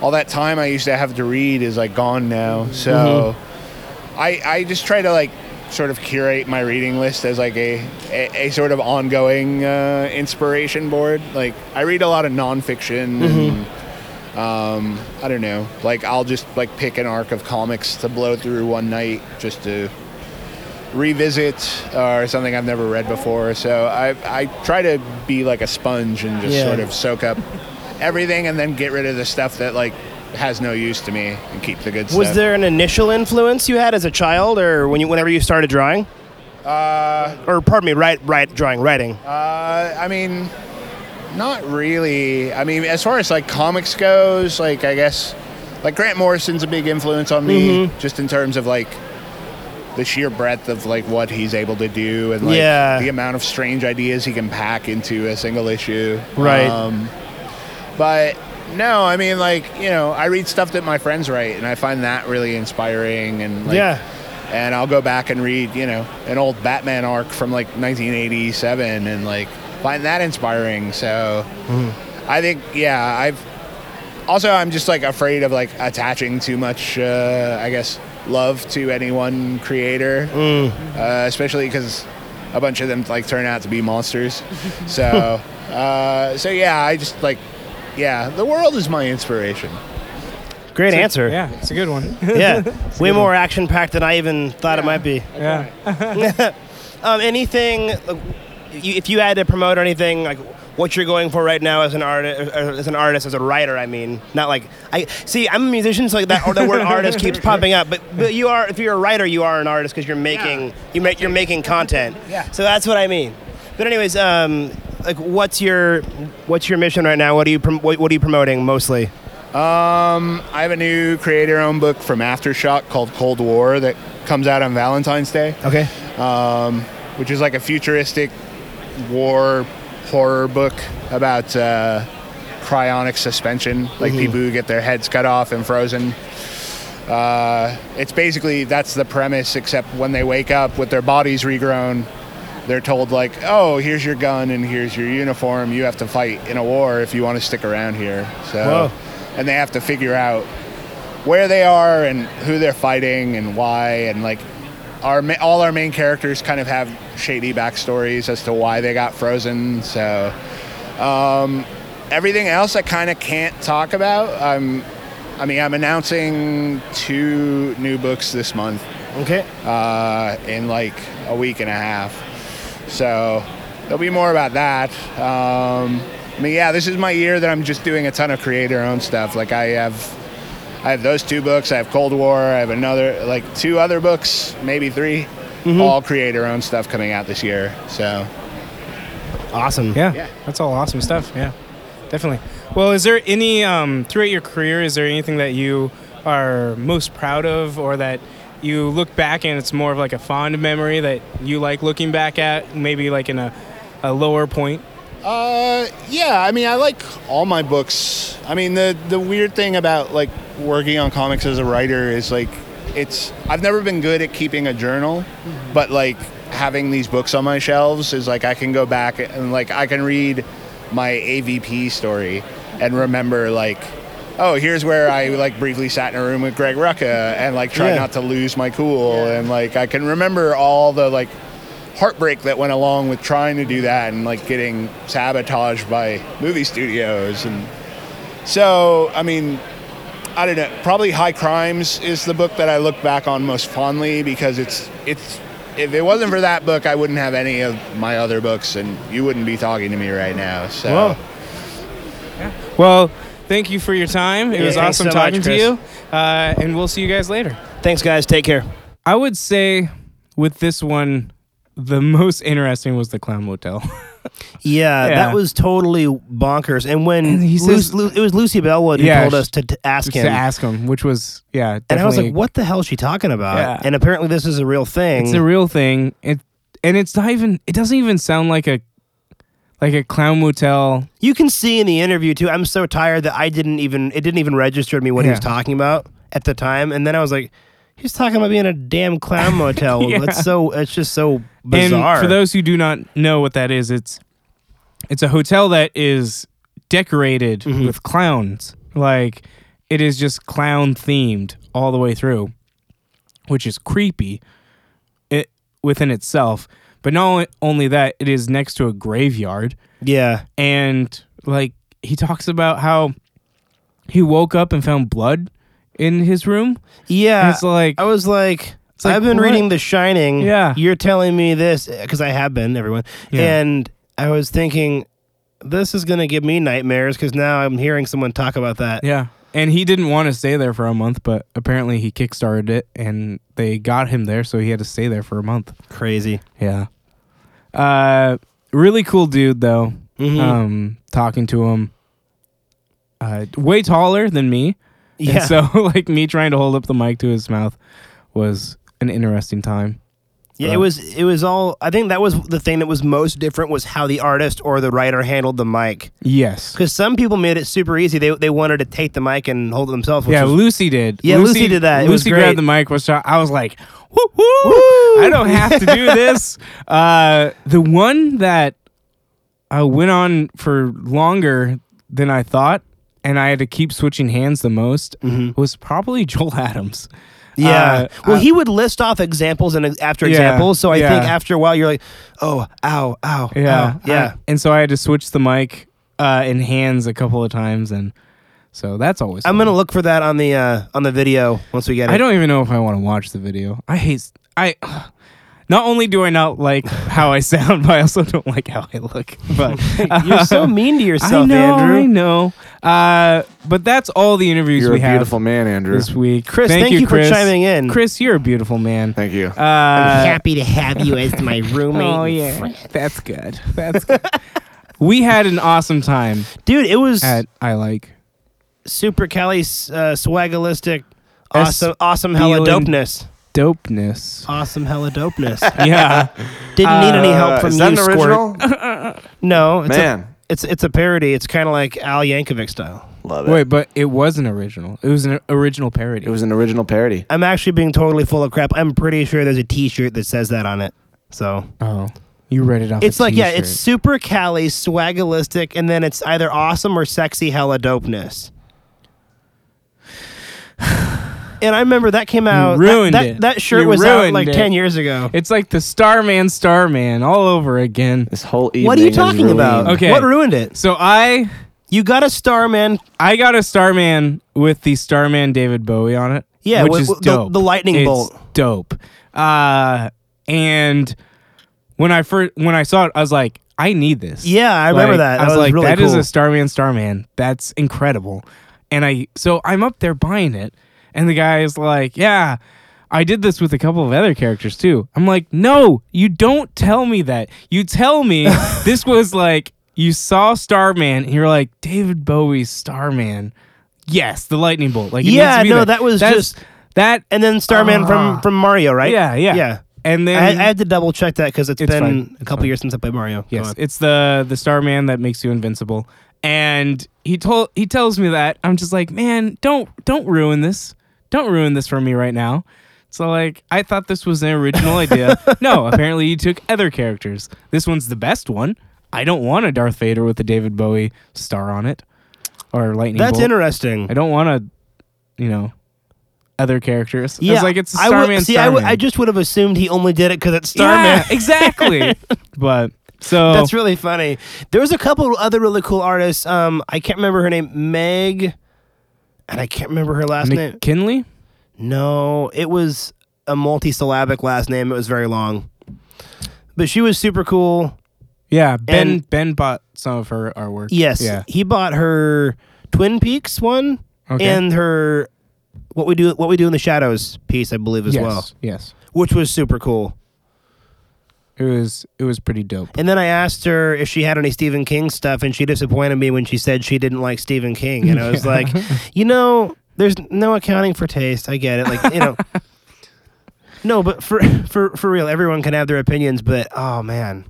Speaker 9: all that time I used to have to read is like gone now. So I I just try to like sort of curate my reading list as like a a, a sort of ongoing uh, inspiration board. Like I read a lot of nonfiction. And,
Speaker 2: Mm-hmm.
Speaker 9: um, I don't know. Like I'll just like pick an arc of comics to blow through one night just to revisit or something I've never read before. So I I try to be like a sponge and just
Speaker 2: Yeah.
Speaker 9: sort of soak up everything and then get rid of the stuff that like has no use to me and keep the good stuff.
Speaker 2: Was there an initial influence you had as a child, or when you, whenever you started drawing,
Speaker 9: uh,
Speaker 2: or pardon me, right, right, drawing, writing?
Speaker 9: Uh, I mean, not really. I mean, as far as like comics goes, like I guess like Grant Morrison's a big influence on me, just in terms of like the sheer breadth of like what he's able to do and like
Speaker 2: Yeah.
Speaker 9: the amount of strange ideas he can pack into a single issue.
Speaker 2: Right.
Speaker 9: Um, but no, I mean like you know I read stuff that my friends write, and I find that really inspiring and like,
Speaker 2: Yeah.
Speaker 9: And I'll go back and read, you know, an old Batman arc from like 1987 and like find that inspiring. So
Speaker 2: Mm.
Speaker 9: I think, yeah, I've also I'm just like afraid of like attaching too much, uh, I guess, love to any one creator, uh, especially because a bunch of them like turn out to be monsters. So, uh, so yeah, I just like, yeah, the world is my inspiration.
Speaker 2: Great answer.
Speaker 1: Yeah, it's a good one.
Speaker 2: yeah, way more action packed than I even thought it might be.
Speaker 1: yeah.
Speaker 2: Um, anything, like, you, if you had to promote anything, like what you're going for right now as an artist, as an artist, as a writer, I mean, not like I see. I'm a musician, so like that, or the word artist keeps popping up. But but you are, if you're a writer, you are an artist because you're making you make you're making content.
Speaker 9: Yeah.
Speaker 2: So that's what I mean. But anyways, um, like what's your what's your mission right now? What are you prom- what, what are you promoting mostly?
Speaker 9: Um, I have a new creator-owned book from AfterShock called Cold War that comes out on Valentine's Day. Um,
Speaker 2: Okay.
Speaker 9: which is like a futuristic war horror book about uh, cryonic suspension, like people who get their heads cut off and frozen. Uh, it's basically that's the premise, except when they wake up with their bodies regrown, they're told like, "Oh, here's your gun and here's your uniform. You have to fight in a war if you want to stick around here." So,
Speaker 2: Whoa.
Speaker 9: and they have to figure out where they are and who they're fighting and why and like our ma- all our main characters kind of have shady backstories as to why they got frozen. So um, everything else I kind of can't talk about. I'm, I mean, I'm announcing two new books this month
Speaker 2: Okay.
Speaker 9: uh, in like a week and a half. So there'll be more about that. Um, I mean, yeah, this is my year that I'm just doing a ton of creator-owned stuff. Like I have, I have those two books. I have Cold War. I have another, like two other books, maybe 3 all creator-owned stuff coming out this year. So
Speaker 2: Awesome.
Speaker 1: Yeah,
Speaker 9: Yeah.
Speaker 1: that's all awesome stuff. Yeah, definitely. Well, is there any um, throughout your career? Is there anything that you are most proud of, or that you look back and it's more of like a fond memory that you like looking back at, maybe like in a, a lower point?
Speaker 9: Uh, yeah. I mean, I like all my books. I mean, the the weird thing about like working on comics as a writer is like, it's I've never been good at keeping a journal, but like having these books on my shelves is like I can go back and like I can read my AVP story and remember like. Oh, here's where I like briefly sat in a room with Greg Rucka and like try
Speaker 2: Yeah.
Speaker 9: not to lose my cool and like I can remember all the like heartbreak that went along with trying to do that and like getting sabotaged by movie studios and so i mean i don't know probably high crimes is the book that i look back on most fondly because it's it's if it wasn't for that book i wouldn't have any of my other books and you wouldn't be talking to me right now so
Speaker 2: Whoa.
Speaker 1: Well, thank you for your time. It
Speaker 2: Yeah,
Speaker 1: was
Speaker 2: thanks
Speaker 1: awesome
Speaker 2: so much,
Speaker 1: talking to
Speaker 2: Chris.
Speaker 1: you, uh, and we'll see you guys later.
Speaker 2: Thanks, guys. Take care.
Speaker 1: I would say with this one, the most interesting was the Clown Motel.
Speaker 2: Yeah,
Speaker 1: Yeah.
Speaker 2: that was totally bonkers. And when
Speaker 1: he
Speaker 2: Lu-
Speaker 1: says-
Speaker 2: Lu- it was Lucy Bellwood who
Speaker 1: Yeah,
Speaker 2: told
Speaker 1: sh-
Speaker 2: us to, to ask him,
Speaker 1: to ask him, which was yeah,
Speaker 2: and I was
Speaker 1: definitely-
Speaker 2: like, "What the hell is she talking about?"
Speaker 1: Yeah.
Speaker 2: And apparently, this is a real thing.
Speaker 1: It's a real thing. It and it's not even. It doesn't even sound like a like a clown motel.
Speaker 2: you can see in the interview too. I'm so tired that I didn't even it didn't even register to me what he was
Speaker 1: Yeah.
Speaker 2: talking about at the time. And then I was like, "He's talking about being a damn clown motel."
Speaker 1: Yeah.
Speaker 2: It's so it's just so bizarre.
Speaker 1: And for those who do not know what that is, it's it's a hotel that is decorated
Speaker 2: Mm-hmm.
Speaker 1: with clowns. Like it is just clown themed all the way through, which is creepy it, within itself. But not only that, it is next to a graveyard.
Speaker 2: yeah,
Speaker 1: and like he talks about how he woke up and found blood in his room.
Speaker 2: yeah.
Speaker 1: And it's like-
Speaker 2: I was like.
Speaker 1: like,
Speaker 2: I've been
Speaker 1: what?
Speaker 2: reading The Shining.
Speaker 1: Yeah.
Speaker 2: You're telling me this because I have been, everyone.
Speaker 1: Yeah.
Speaker 2: And I was thinking, this is going to give me nightmares because now I'm hearing someone talk about that.
Speaker 1: Yeah. And he didn't want to stay there for a month, but apparently he kickstarted it and they got him there, so he had to stay there for a month.
Speaker 2: Crazy.
Speaker 1: Yeah. Uh really cool dude though.
Speaker 2: Mhm.
Speaker 1: Um talking to him. Uh way taller than me.
Speaker 2: Yeah.
Speaker 1: And so like me trying to hold up the mic to his mouth was an interesting time.
Speaker 2: Yeah,
Speaker 1: Right.
Speaker 2: it was it was all I think that was the thing that was most different was how the artist or the writer handled the mic.
Speaker 1: Yes.
Speaker 2: Cuz some people made it super easy. They they wanted to take the mic and hold it themselves. Which
Speaker 1: Yeah,
Speaker 2: was,
Speaker 1: Lucy did.
Speaker 2: Yeah, Lucy did that. It
Speaker 1: Lucy
Speaker 2: was great.
Speaker 1: grabbed the mic. Was I was like, woo woo! I don't have to do this. Uh, the one that I went on for longer than I thought, and I had to keep switching hands the most, was probably Joel Adams.
Speaker 2: Mm-hmm. yeah.
Speaker 1: uh,
Speaker 2: well,
Speaker 1: uh,
Speaker 2: he would list off examples and ex- after
Speaker 1: Yeah,
Speaker 2: examples, so I think
Speaker 1: yeah.
Speaker 2: after a while you're like, "Oh, ow, ow."
Speaker 1: Yeah,
Speaker 2: ow." Yeah.
Speaker 1: I- and so I had to switch the mic uh, and hands a couple of times, and so that's always.
Speaker 2: I, am
Speaker 1: fun.
Speaker 2: going to look for that on the uh on the video once we get it.
Speaker 1: I don't even know if I want to watch the video. I hate. I. Not only do I not like how I sound, but I also don't like how I look. But
Speaker 2: You're so mean to yourself,
Speaker 1: I know,
Speaker 2: Andrew.
Speaker 1: I know. Uh, but that's all the interviews
Speaker 10: You're a
Speaker 1: we have
Speaker 10: beautiful man, Andrew.
Speaker 1: this week.
Speaker 2: Chris, thank you for
Speaker 1: Chris.
Speaker 2: chiming in.
Speaker 1: Chris, you're a beautiful man.
Speaker 10: Thank you.
Speaker 1: Uh,
Speaker 2: happy to have you as my roommate.
Speaker 1: oh
Speaker 2: and
Speaker 1: yeah,
Speaker 2: friend.
Speaker 1: that's good. That's good. we had an awesome time
Speaker 2: Dude, it was
Speaker 1: at I like.
Speaker 2: super Cali uh, swagalistic
Speaker 1: S-
Speaker 2: awesome awesome hella
Speaker 1: feeling-
Speaker 2: dopeness.
Speaker 1: dopeness.
Speaker 2: Awesome hella dopeness.
Speaker 1: Yeah.
Speaker 2: Didn't need any help
Speaker 10: Uh,
Speaker 2: from
Speaker 10: is
Speaker 2: you,
Speaker 10: that an
Speaker 2: Squirt.
Speaker 10: original?
Speaker 2: No, it's A,
Speaker 10: Man,
Speaker 2: it's it's a parody. It's kind of like Al Yankovic style.
Speaker 10: love it.
Speaker 1: Wait, but it was an original. It was an original parody.
Speaker 10: It was an original parody.
Speaker 2: I'm actually being totally full of crap. I'm pretty sure there's a T-shirt that says that on it. So
Speaker 1: Oh, you read it off.
Speaker 2: it's
Speaker 1: a
Speaker 2: like yeah, it's
Speaker 1: t-shirt.
Speaker 2: super Cali swagalistic, and then it's either awesome or sexy hella dopeness. And I remember that came out. that-
Speaker 1: ruined
Speaker 2: that,
Speaker 1: it.
Speaker 2: That shirt
Speaker 1: You
Speaker 2: was out
Speaker 1: ruined
Speaker 2: like
Speaker 1: it.
Speaker 2: ten years ago.
Speaker 1: It's like the Starman, Starman, all over again.
Speaker 10: This whole evening.
Speaker 2: What are you
Speaker 10: is
Speaker 2: talking about?
Speaker 10: ruined.
Speaker 1: Okay.
Speaker 2: What ruined it?
Speaker 1: So I,
Speaker 2: You got a Starman.
Speaker 1: I got a Starman with the Starman David Bowie on it.
Speaker 2: Yeah,
Speaker 1: which
Speaker 2: with-
Speaker 1: is
Speaker 2: with the-
Speaker 1: dope.
Speaker 2: the lightning
Speaker 1: It's
Speaker 2: bolt.
Speaker 1: Dope. Uh, and when I first when I saw it, I was like, I need this.
Speaker 2: Yeah, I remember
Speaker 1: Like,
Speaker 2: that.
Speaker 1: I was, like,
Speaker 2: really
Speaker 1: that is
Speaker 2: cool.
Speaker 1: a Starman, Starman. That's incredible. And I, so I'm up there buying it, and the guy is like, yeah. I did this with a couple of other characters too. I'm like, no, you don't tell me that. You tell me this was like you saw Starman and you're like David Bowie's Starman. Yes, the lightning bolt. Like it
Speaker 2: Yeah,
Speaker 1: needs to be
Speaker 2: no,
Speaker 1: there.
Speaker 2: that was
Speaker 1: That's-
Speaker 2: just-
Speaker 1: that.
Speaker 2: and then Starman
Speaker 1: Ah.
Speaker 2: from from Mario, right?
Speaker 1: yeah, yeah,
Speaker 2: yeah.
Speaker 1: And
Speaker 2: I,
Speaker 1: then
Speaker 2: I had to double check that because it's
Speaker 1: It's
Speaker 2: been
Speaker 1: fine.
Speaker 2: a
Speaker 1: It's
Speaker 2: couple
Speaker 1: fine.
Speaker 2: years since I played Mario. Go
Speaker 1: Yes,
Speaker 2: on.
Speaker 1: it's the the Starman that makes you invincible. And he told he tells me that I'm just like, man, don't don't ruin this. Don't ruin this for me right now. So like, I thought this was an original idea. No, apparently you took other characters. This one's the best one. I don't want a Darth Vader with a David Bowie star on it or lightning.
Speaker 2: that's
Speaker 1: bolt.
Speaker 2: interesting.
Speaker 1: I don't want a, you know, other characters.
Speaker 2: yeah,
Speaker 1: it's like it's a
Speaker 2: I would-
Speaker 1: Starman.
Speaker 2: see, I would-
Speaker 1: Starman.
Speaker 2: I just would have assumed he only did it because it's Starman.
Speaker 1: Yeah, exactly. but so
Speaker 2: That's really funny. There was a couple other really cool artists. Um, I can't remember her name, Meg, and I can't remember her last name.
Speaker 1: McKinley.
Speaker 2: No, it was a multi-syllabic last name. It was very long, but she was super cool.
Speaker 1: Yeah, Ben
Speaker 2: And-
Speaker 1: Ben bought some of her artwork.
Speaker 2: Yes,
Speaker 1: Yeah.
Speaker 2: he bought her Twin Peaks one
Speaker 1: Okay.
Speaker 2: and her what we do what we do in the shadows piece, I believe, as
Speaker 1: yes.
Speaker 2: well,
Speaker 1: Yes.
Speaker 2: which was super cool.
Speaker 1: It was it was pretty dope.
Speaker 2: And then I asked her if she had any Stephen King stuff, and she disappointed me when she said she didn't like Stephen King. And I was like, you know, there's no accounting for taste. I get it. Like, you know. No, but for for for real, everyone can have their opinions, but oh man.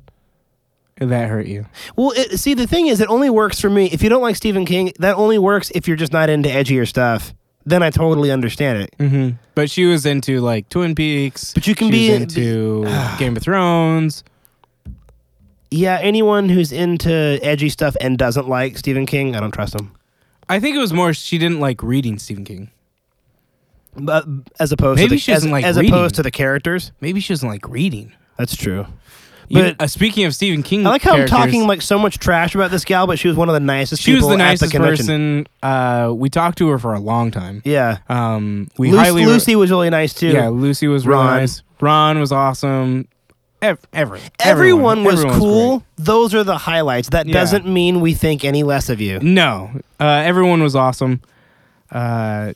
Speaker 1: That hurt you.
Speaker 2: Well, it, see, the thing is, it only works for me. If you don't like Stephen King, that only works if you're just not into edgier stuff. Then I totally understand it.
Speaker 1: Mm-hmm. But she was into like Twin Peaks.
Speaker 2: But you can
Speaker 1: she
Speaker 2: be-
Speaker 1: was into Game of Thrones.
Speaker 2: Yeah, anyone who's into edgy stuff and doesn't like Stephen King, I don't trust them.
Speaker 1: I think it was more she didn't like reading Stephen King.
Speaker 2: But as opposed to
Speaker 1: Maybe
Speaker 2: the,
Speaker 1: she doesn't
Speaker 2: as,
Speaker 1: like
Speaker 2: as
Speaker 1: reading.
Speaker 2: opposed to the characters,
Speaker 1: Maybe she doesn't like reading.
Speaker 2: that's true.
Speaker 1: You-
Speaker 2: But-
Speaker 1: uh, speaking of Stephen King,
Speaker 2: I like how
Speaker 1: characters,
Speaker 2: I'm talking like so much trash about this gal, but she was one of the nicest
Speaker 1: she was
Speaker 2: people
Speaker 1: the
Speaker 2: at the
Speaker 1: nicest
Speaker 2: convention.
Speaker 1: person. Uh, we talked to her for a long time.
Speaker 2: Yeah,
Speaker 1: Um, we
Speaker 2: Lucy,
Speaker 1: highly
Speaker 2: Lucy was really nice too.
Speaker 1: Yeah, Lucy was really
Speaker 2: Ron.
Speaker 1: nice. Ron was awesome. Ev- every,
Speaker 2: everyone, was
Speaker 1: everyone
Speaker 2: cool.
Speaker 1: great.
Speaker 2: Those are the highlights. That
Speaker 1: Yeah.
Speaker 2: doesn't mean we think any less of you.
Speaker 1: No, uh, everyone was awesome. Uh,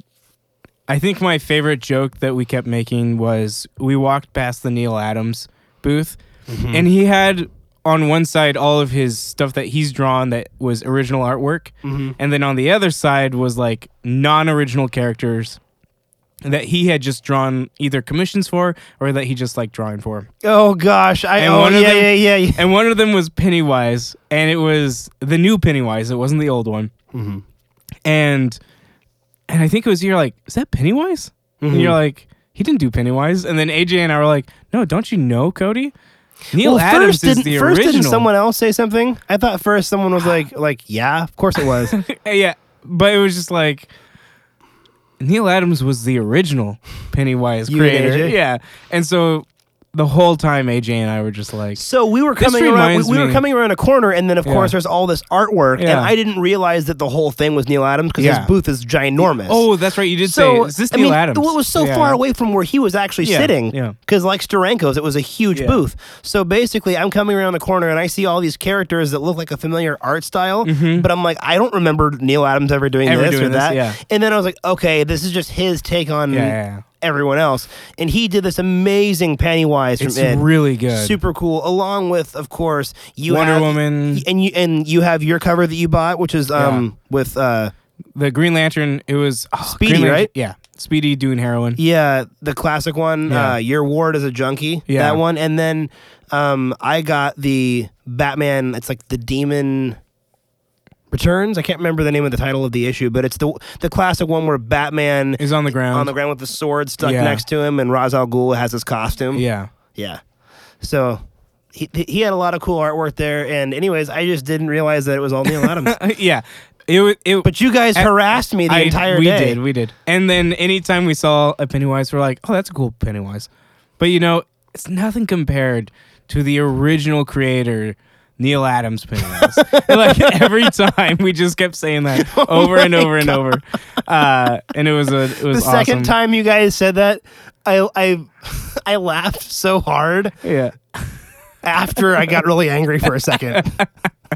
Speaker 1: I think my favorite joke that we kept making was we walked past the Neil Adams booth, and he had on one side all of his stuff that he's drawn that was original artwork, and then on the other side was like non-original characters that he had just drawn either commissions for or that he just liked drawing for.
Speaker 2: Oh gosh, I
Speaker 1: And
Speaker 2: oh
Speaker 1: one of
Speaker 2: yeah,
Speaker 1: them-
Speaker 2: yeah yeah yeah.
Speaker 1: And one of them was Pennywise, and it was the new Pennywise. It wasn't the old one. And and I think it was you're like, is that Pennywise? And you're like, he didn't do Pennywise. And then AJ and I were like, no, don't you know Cody? Neil
Speaker 2: Well,
Speaker 1: Adams
Speaker 2: first didn't
Speaker 1: is the
Speaker 2: first
Speaker 1: original.
Speaker 2: didn't someone else say something? I thought first someone was like like yeah, of course it was.
Speaker 1: yeah, but it was just like Neil Adams was the original Pennywise
Speaker 2: You and
Speaker 1: creator.
Speaker 2: AJ?
Speaker 1: Yeah, and so the whole time AJ and I were just like,
Speaker 2: So we were
Speaker 1: This
Speaker 2: coming around. We,
Speaker 1: reminds
Speaker 2: we were
Speaker 1: me-
Speaker 2: coming around a corner, and then of
Speaker 1: Yeah.
Speaker 2: course there's all this artwork, and
Speaker 1: Yeah.
Speaker 2: I didn't realize that the whole thing was Neil Adams because
Speaker 1: Yeah.
Speaker 2: his booth is ginormous.
Speaker 1: oh, that's right, you did
Speaker 2: so
Speaker 1: say is this
Speaker 2: I
Speaker 1: Neil
Speaker 2: mean,
Speaker 1: Adams?
Speaker 2: Well, it was so
Speaker 1: Yeah.
Speaker 2: far away from where he was actually
Speaker 1: Yeah,
Speaker 2: sitting.
Speaker 1: yeah.
Speaker 2: Because like Steranko's, it was a huge
Speaker 1: Yeah.
Speaker 2: booth. So basically, I'm coming around the corner and I see all these characters that look like a familiar art style,
Speaker 1: Mm-hmm.
Speaker 2: but I'm like, I don't remember Neil Adams ever doing
Speaker 1: Ever
Speaker 2: this
Speaker 1: doing
Speaker 2: or
Speaker 1: this,
Speaker 2: that.
Speaker 1: yeah.
Speaker 2: And then I was like, okay, this is just his take on.
Speaker 1: Yeah, yeah, yeah.
Speaker 2: Everyone else, and he did this amazing Pennywise from
Speaker 1: It's
Speaker 2: Id.
Speaker 1: really good.
Speaker 2: super cool. Along with, of course, you
Speaker 1: Wonder
Speaker 2: have-
Speaker 1: Woman.
Speaker 2: and you and you have your cover that you bought, which is um with uh
Speaker 1: the Green Lantern. It was oh,
Speaker 2: Speedy,
Speaker 1: Green Lantern-
Speaker 2: right?
Speaker 1: Yeah, Speedy doing heroin.
Speaker 2: Yeah, the classic one.
Speaker 1: Mm-hmm. Yeah.
Speaker 2: Uh, Your Ward is a junkie.
Speaker 1: Yeah.
Speaker 2: That one. And then um, I got the Batman, it's like the Demon Returns. I can't remember the name of the title of the issue, but it's the the classic one where Batman
Speaker 1: Is on the ground.
Speaker 2: on the ground with the sword stuck
Speaker 1: Yeah.
Speaker 2: next to him and Ra's al Ghul has his costume.
Speaker 1: Yeah.
Speaker 2: Yeah. So he, he had a lot of cool artwork there. And, anyways, I just didn't realize that it was all Neil Adams.
Speaker 1: Uh, yeah. It wa- it.
Speaker 2: But you guys
Speaker 1: I-
Speaker 2: harassed me the
Speaker 1: I-
Speaker 2: entire
Speaker 1: we
Speaker 2: day.
Speaker 1: did, we did. And then anytime we saw a Pennywise, we're like, oh, that's a cool Pennywise. But you know, it's nothing compared to the original creator, Neil Adams Pennywise. like every time we just kept saying that
Speaker 2: Oh
Speaker 1: over and over and over. Uh, and it was a it was
Speaker 2: the second
Speaker 1: awesome.
Speaker 2: time you guys said that, I I I laughed so hard
Speaker 1: Yeah.
Speaker 2: after I got really angry for a second.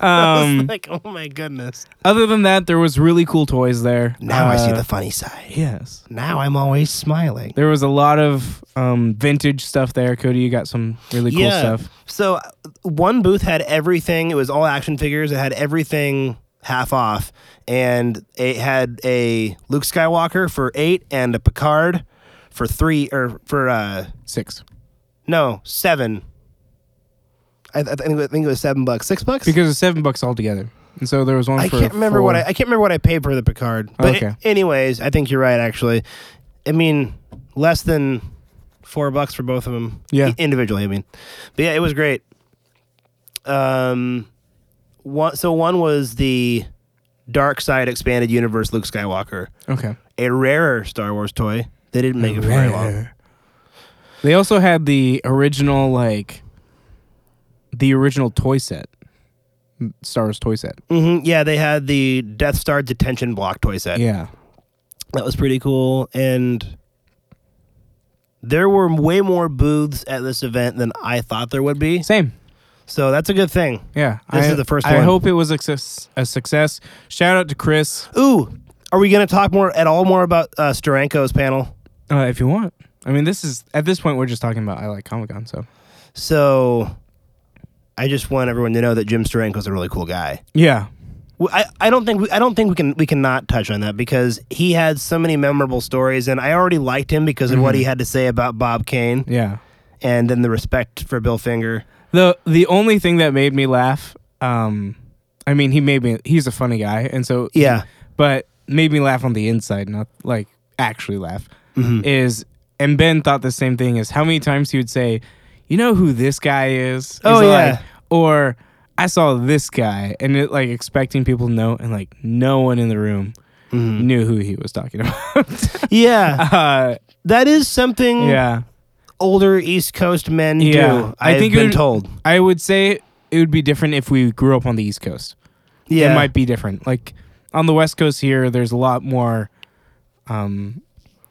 Speaker 2: I was
Speaker 1: Um,
Speaker 2: like, oh my goodness.
Speaker 1: other than that, there was really cool toys there.
Speaker 2: Now I see
Speaker 1: Uh,
Speaker 2: the funny side.
Speaker 1: yes.
Speaker 2: Now I'm always smiling.
Speaker 1: There was a lot of um, vintage stuff there. Cody, you got some really cool stuff.
Speaker 2: So uh, one booth had everything. It was all action figures. It had everything half off, and it had a Luke Skywalker for eight and a Picard for three or for uh
Speaker 1: Six.
Speaker 2: no seven. I, I think I think it was seven bucks, six bucks.
Speaker 1: Because it's seven bucks altogether. And so there was one
Speaker 2: I
Speaker 1: for
Speaker 2: can't remember what I,
Speaker 1: four.
Speaker 2: I can't remember what I paid for the Picard. But
Speaker 1: Okay.
Speaker 2: anyways, I think you're right. Actually, I mean less than four bucks for both of them.
Speaker 1: Yeah.
Speaker 2: i- individually. I mean, but yeah, it was great. Um, one so one was the Dark Side Expanded Universe Luke Skywalker,
Speaker 1: Okay.
Speaker 2: a rarer Star Wars toy. They didn't make it for very long.
Speaker 1: They also had the original like the original toy set. Star Wars toy set.
Speaker 2: hmm yeah, they had the Death Star detention block toy set.
Speaker 1: Yeah.
Speaker 2: That was pretty cool. And there were way more booths at this event than I thought there would be.
Speaker 1: Same.
Speaker 2: So that's a good thing.
Speaker 1: Yeah.
Speaker 2: This
Speaker 1: I-
Speaker 2: is the first
Speaker 1: I
Speaker 2: one.
Speaker 1: hope it was a success, a success. Shout out to Chris
Speaker 2: Ooh, are we going to talk more at all more about uh, Steranko's panel?
Speaker 1: uh, if you want. I mean, this is at this point we're just talking about I like Comic Con, so
Speaker 2: So I just want everyone to know that Jim Steranko's a really cool guy.
Speaker 1: yeah,
Speaker 2: Well, I, I don't think we, I don't think we can we can not touch on that because he had so many memorable stories and I already liked him because of what
Speaker 1: Mm-hmm.
Speaker 2: he had to say about Bob Kane
Speaker 1: yeah.
Speaker 2: and then the respect for Bill Finger.
Speaker 1: the the only thing that made me laugh um i mean he made me he's a funny guy and so
Speaker 2: Yeah.
Speaker 1: but made me laugh on the inside not like actually laugh
Speaker 2: Mm-hmm. Hmm.
Speaker 1: is and ben thought the same thing is how many times he would say you know who this guy is He's
Speaker 2: Oh, yeah.
Speaker 1: like- or i saw this guy and it like expecting people to know and like no one in the room knew who he was talking about
Speaker 2: Yeah,
Speaker 1: uh,
Speaker 2: that is something
Speaker 1: yeah
Speaker 2: older East Coast men
Speaker 1: Yeah,
Speaker 2: do. I've
Speaker 1: it
Speaker 2: been
Speaker 1: would-
Speaker 2: told.
Speaker 1: i would say it would be different if we grew up on the east coast
Speaker 2: Yeah,
Speaker 1: it might be different. Like on the West Coast here, there's a lot more. Um,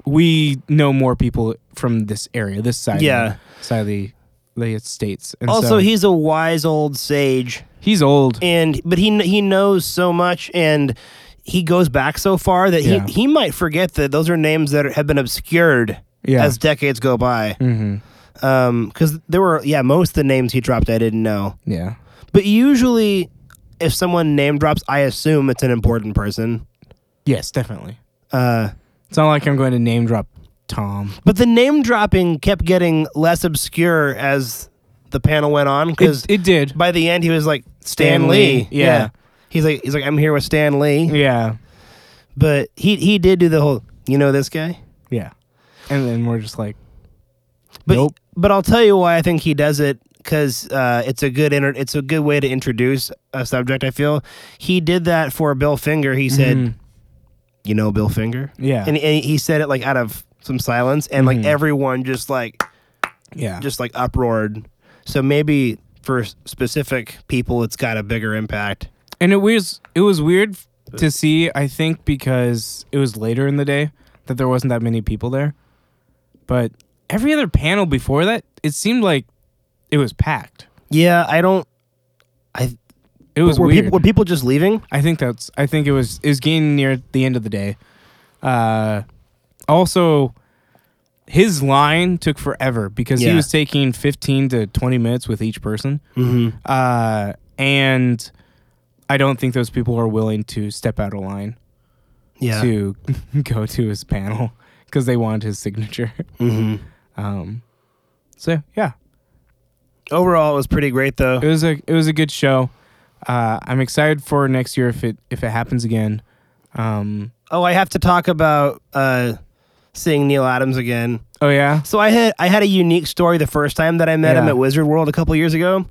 Speaker 1: we know more people from this area, this side,
Speaker 2: Yeah.
Speaker 1: of the, side of the, the states. And
Speaker 2: Also,
Speaker 1: so
Speaker 2: he's a wise old sage,
Speaker 1: he's old.
Speaker 2: and but he kn- he knows so much, and he goes back so far that
Speaker 1: Yeah.
Speaker 2: he he might forget that those are names that are, have been obscured
Speaker 1: Yeah.
Speaker 2: as decades go by.
Speaker 1: hmm
Speaker 2: because there were yeah most of the names he dropped I didn't know.
Speaker 1: Yeah.
Speaker 2: But usually, if someone name drops, I assume it's an important person.
Speaker 1: Yes, definitely.
Speaker 2: Uh,
Speaker 1: It's not like I'm going to name drop Tom.
Speaker 2: but the name dropping kept getting less obscure as the panel went on because
Speaker 1: It, it did.
Speaker 2: by the end he was like Stan,
Speaker 1: Stan
Speaker 2: Lee.
Speaker 1: Lee, yeah.
Speaker 2: He's like he's like I'm here with Stan Lee.
Speaker 1: Yeah.
Speaker 2: But he he did do the whole you know this guy.
Speaker 1: Yeah. And then we're just like,
Speaker 2: But
Speaker 1: Nope.
Speaker 2: but I'll tell you why I think he does it because uh, it's a good inter- it's a good way to introduce a subject. I feel he did that for Bill Finger. He said,
Speaker 1: Mhm.
Speaker 2: "You know Bill Finger,"
Speaker 1: yeah. Mm-hmm.
Speaker 2: and, and he said it like out of some silence, and like everyone just like
Speaker 1: yeah.
Speaker 2: just like uproared. So maybe for s- specific people, it's got a bigger impact.
Speaker 1: And it was it was weird f- to see, I think, because it was later in the day that there wasn't that many people there. But every other panel before that, it seemed like it was packed.
Speaker 2: Yeah, I don't. I
Speaker 1: It was
Speaker 2: were
Speaker 1: weird.
Speaker 2: people were people just leaving?
Speaker 1: I think that's. I think it was is getting near the end of the day. Uh, also, his line took forever because
Speaker 2: Yeah.
Speaker 1: he was taking fifteen to twenty minutes with each person,
Speaker 2: Mm-hmm.
Speaker 1: uh, and I don't think those people are willing to step out of line
Speaker 2: Yeah.
Speaker 1: to go to his panel because they wanted his signature.
Speaker 2: hmm
Speaker 1: Um, so yeah,
Speaker 2: Overall, it was pretty great though.
Speaker 1: it was a it was a good show. Uh, I'm excited for next year if it if it happens again. Um,
Speaker 2: Oh, I have to talk about uh, seeing Neil Adams again.
Speaker 1: oh yeah,
Speaker 2: So I had I had a unique story the first time that I met him
Speaker 1: Yeah.
Speaker 2: at Wizard World a couple years ago.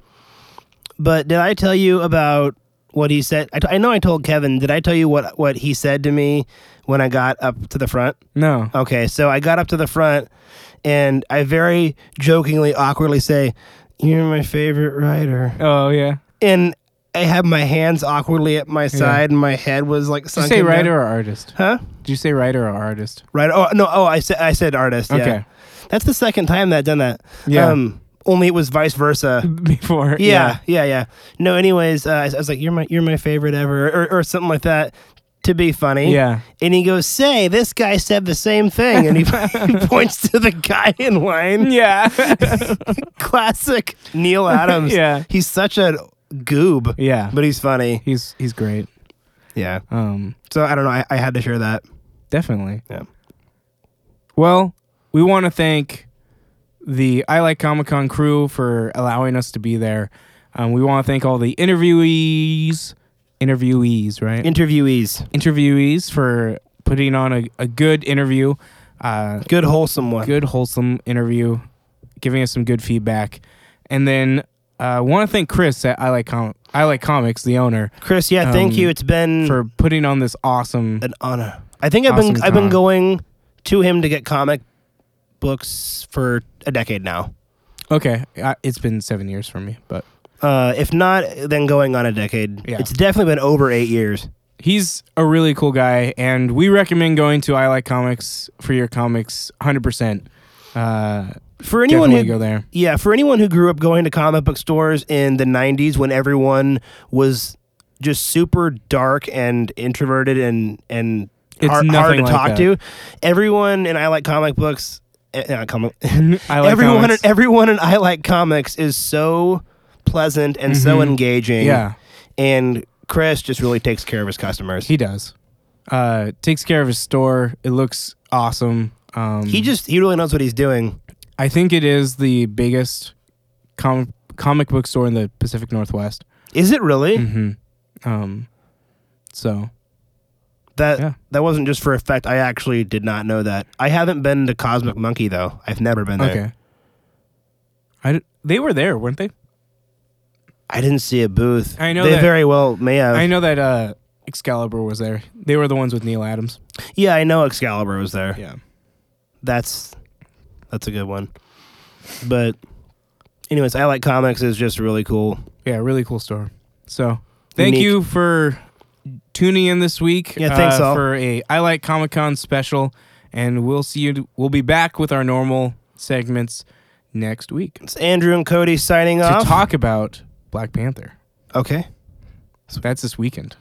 Speaker 2: But did I tell you about what he said? I, t- I know I told Kevin. Did I tell you what what he said to me when I got up to the front?
Speaker 1: no.
Speaker 2: Okay, so I got up to the front, and I very jokingly, awkwardly say, "You're my favorite writer,"
Speaker 1: Oh yeah.
Speaker 2: and I had my hands awkwardly at my side, and my head was like.
Speaker 1: Did you
Speaker 2: Sunken
Speaker 1: say
Speaker 2: down.
Speaker 1: writer or artist?
Speaker 2: Huh?
Speaker 1: Did you say writer or artist?
Speaker 2: Right. Oh no. Oh, I said I said artist. Yeah.
Speaker 1: Okay.
Speaker 2: That's the second time that I've done that.
Speaker 1: Yeah.
Speaker 2: Um, only it was vice versa.
Speaker 1: Before.
Speaker 2: Yeah. Yeah. Yeah. No. Anyways, uh, I, was- I was like, "You're my you're my favorite ever," or, or something like that, to be funny.
Speaker 1: Yeah.
Speaker 2: And he goes, "Say, this guy said the same thing," and he, he points to the guy in line.
Speaker 1: Yeah.
Speaker 2: Classic Neil Adams.
Speaker 1: Yeah.
Speaker 2: He's such a goob.
Speaker 1: Yeah.
Speaker 2: But he's funny.
Speaker 1: he's he's great.
Speaker 2: Yeah.
Speaker 1: Um,
Speaker 2: So I don't know. I, I had to share that.
Speaker 1: definitely.
Speaker 2: Yeah.
Speaker 1: Well, we want to thank the I Like Comic Con crew for allowing us to be there. Um, we want to thank all the interviewees, interviewees, right?
Speaker 2: Interviewees.
Speaker 1: interviewees for putting on a, a good interview. Uh,
Speaker 2: Good wholesome one.
Speaker 1: good wholesome interview, giving us some good feedback, and then uh, want to thank Chris at I like Com- I like comics, the owner,
Speaker 2: Chris, yeah, thank
Speaker 1: Um,
Speaker 2: you. It's been
Speaker 1: for putting on this awesome.
Speaker 2: an honor. I think I've been
Speaker 1: Awesome
Speaker 2: I've been
Speaker 1: time.
Speaker 2: going to him to get comic books for a decade now.
Speaker 1: Okay, I, it's been seven years for me, but
Speaker 2: Uh, if not, then going on a decade.
Speaker 1: Yeah.
Speaker 2: It's definitely been over eight years.
Speaker 1: he's a really cool guy, and we recommend going to I like comics for your comics, hundred percent. Uh,
Speaker 2: For anyone
Speaker 1: definitely
Speaker 2: who
Speaker 1: go there.
Speaker 2: yeah, for anyone who grew up going to comic book stores in the '90s when everyone was just super dark and introverted and and
Speaker 1: It's
Speaker 2: hard, hard
Speaker 1: nothing
Speaker 2: to
Speaker 1: like
Speaker 2: talk
Speaker 1: that.
Speaker 2: to, everyone and I like comic books. eh, Not comic.
Speaker 1: I like
Speaker 2: everyone
Speaker 1: comics.
Speaker 2: everyone in I like comics is so pleasant and so engaging.
Speaker 1: Mm-hmm. Yeah.
Speaker 2: And Chris just really takes care of his customers. He,
Speaker 1: He does. Uh, takes care of his store. It looks awesome. Um,
Speaker 2: just he really knows what he's doing.
Speaker 1: I think it is the biggest com- comic book store in the Pacific Northwest.
Speaker 2: Is it really?
Speaker 1: hmm Um, so
Speaker 2: That
Speaker 1: Yeah.
Speaker 2: that wasn't just for effect. I actually did not know that. I haven't been to Cosmic Monkey though. I've never been there.
Speaker 1: okay. I d- they were there, weren't they?
Speaker 2: I didn't see a booth.
Speaker 1: I know
Speaker 2: they
Speaker 1: that-
Speaker 2: very well may have.
Speaker 1: I know that uh, Excalibur was there. They were the ones with Neil Adams.
Speaker 2: yeah, I know Excalibur was there.
Speaker 1: Yeah.
Speaker 2: That's that's a good one. But anyways, I like comics is just really cool.
Speaker 1: Yeah, really cool store. So thank
Speaker 2: Unique.
Speaker 1: you for tuning in this week. uh,
Speaker 2: Yeah, thanks all.
Speaker 1: for a I like Comic Con special, and we'll see you. We'll be back with our normal segments next week
Speaker 2: It's Andrew and Cody signing
Speaker 1: to
Speaker 2: off.
Speaker 1: talk about Black Panther.
Speaker 2: okay.
Speaker 1: So that's this weekend.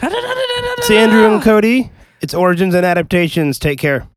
Speaker 2: It's Andrew and Cody. It's Origins and Adaptations. Take care.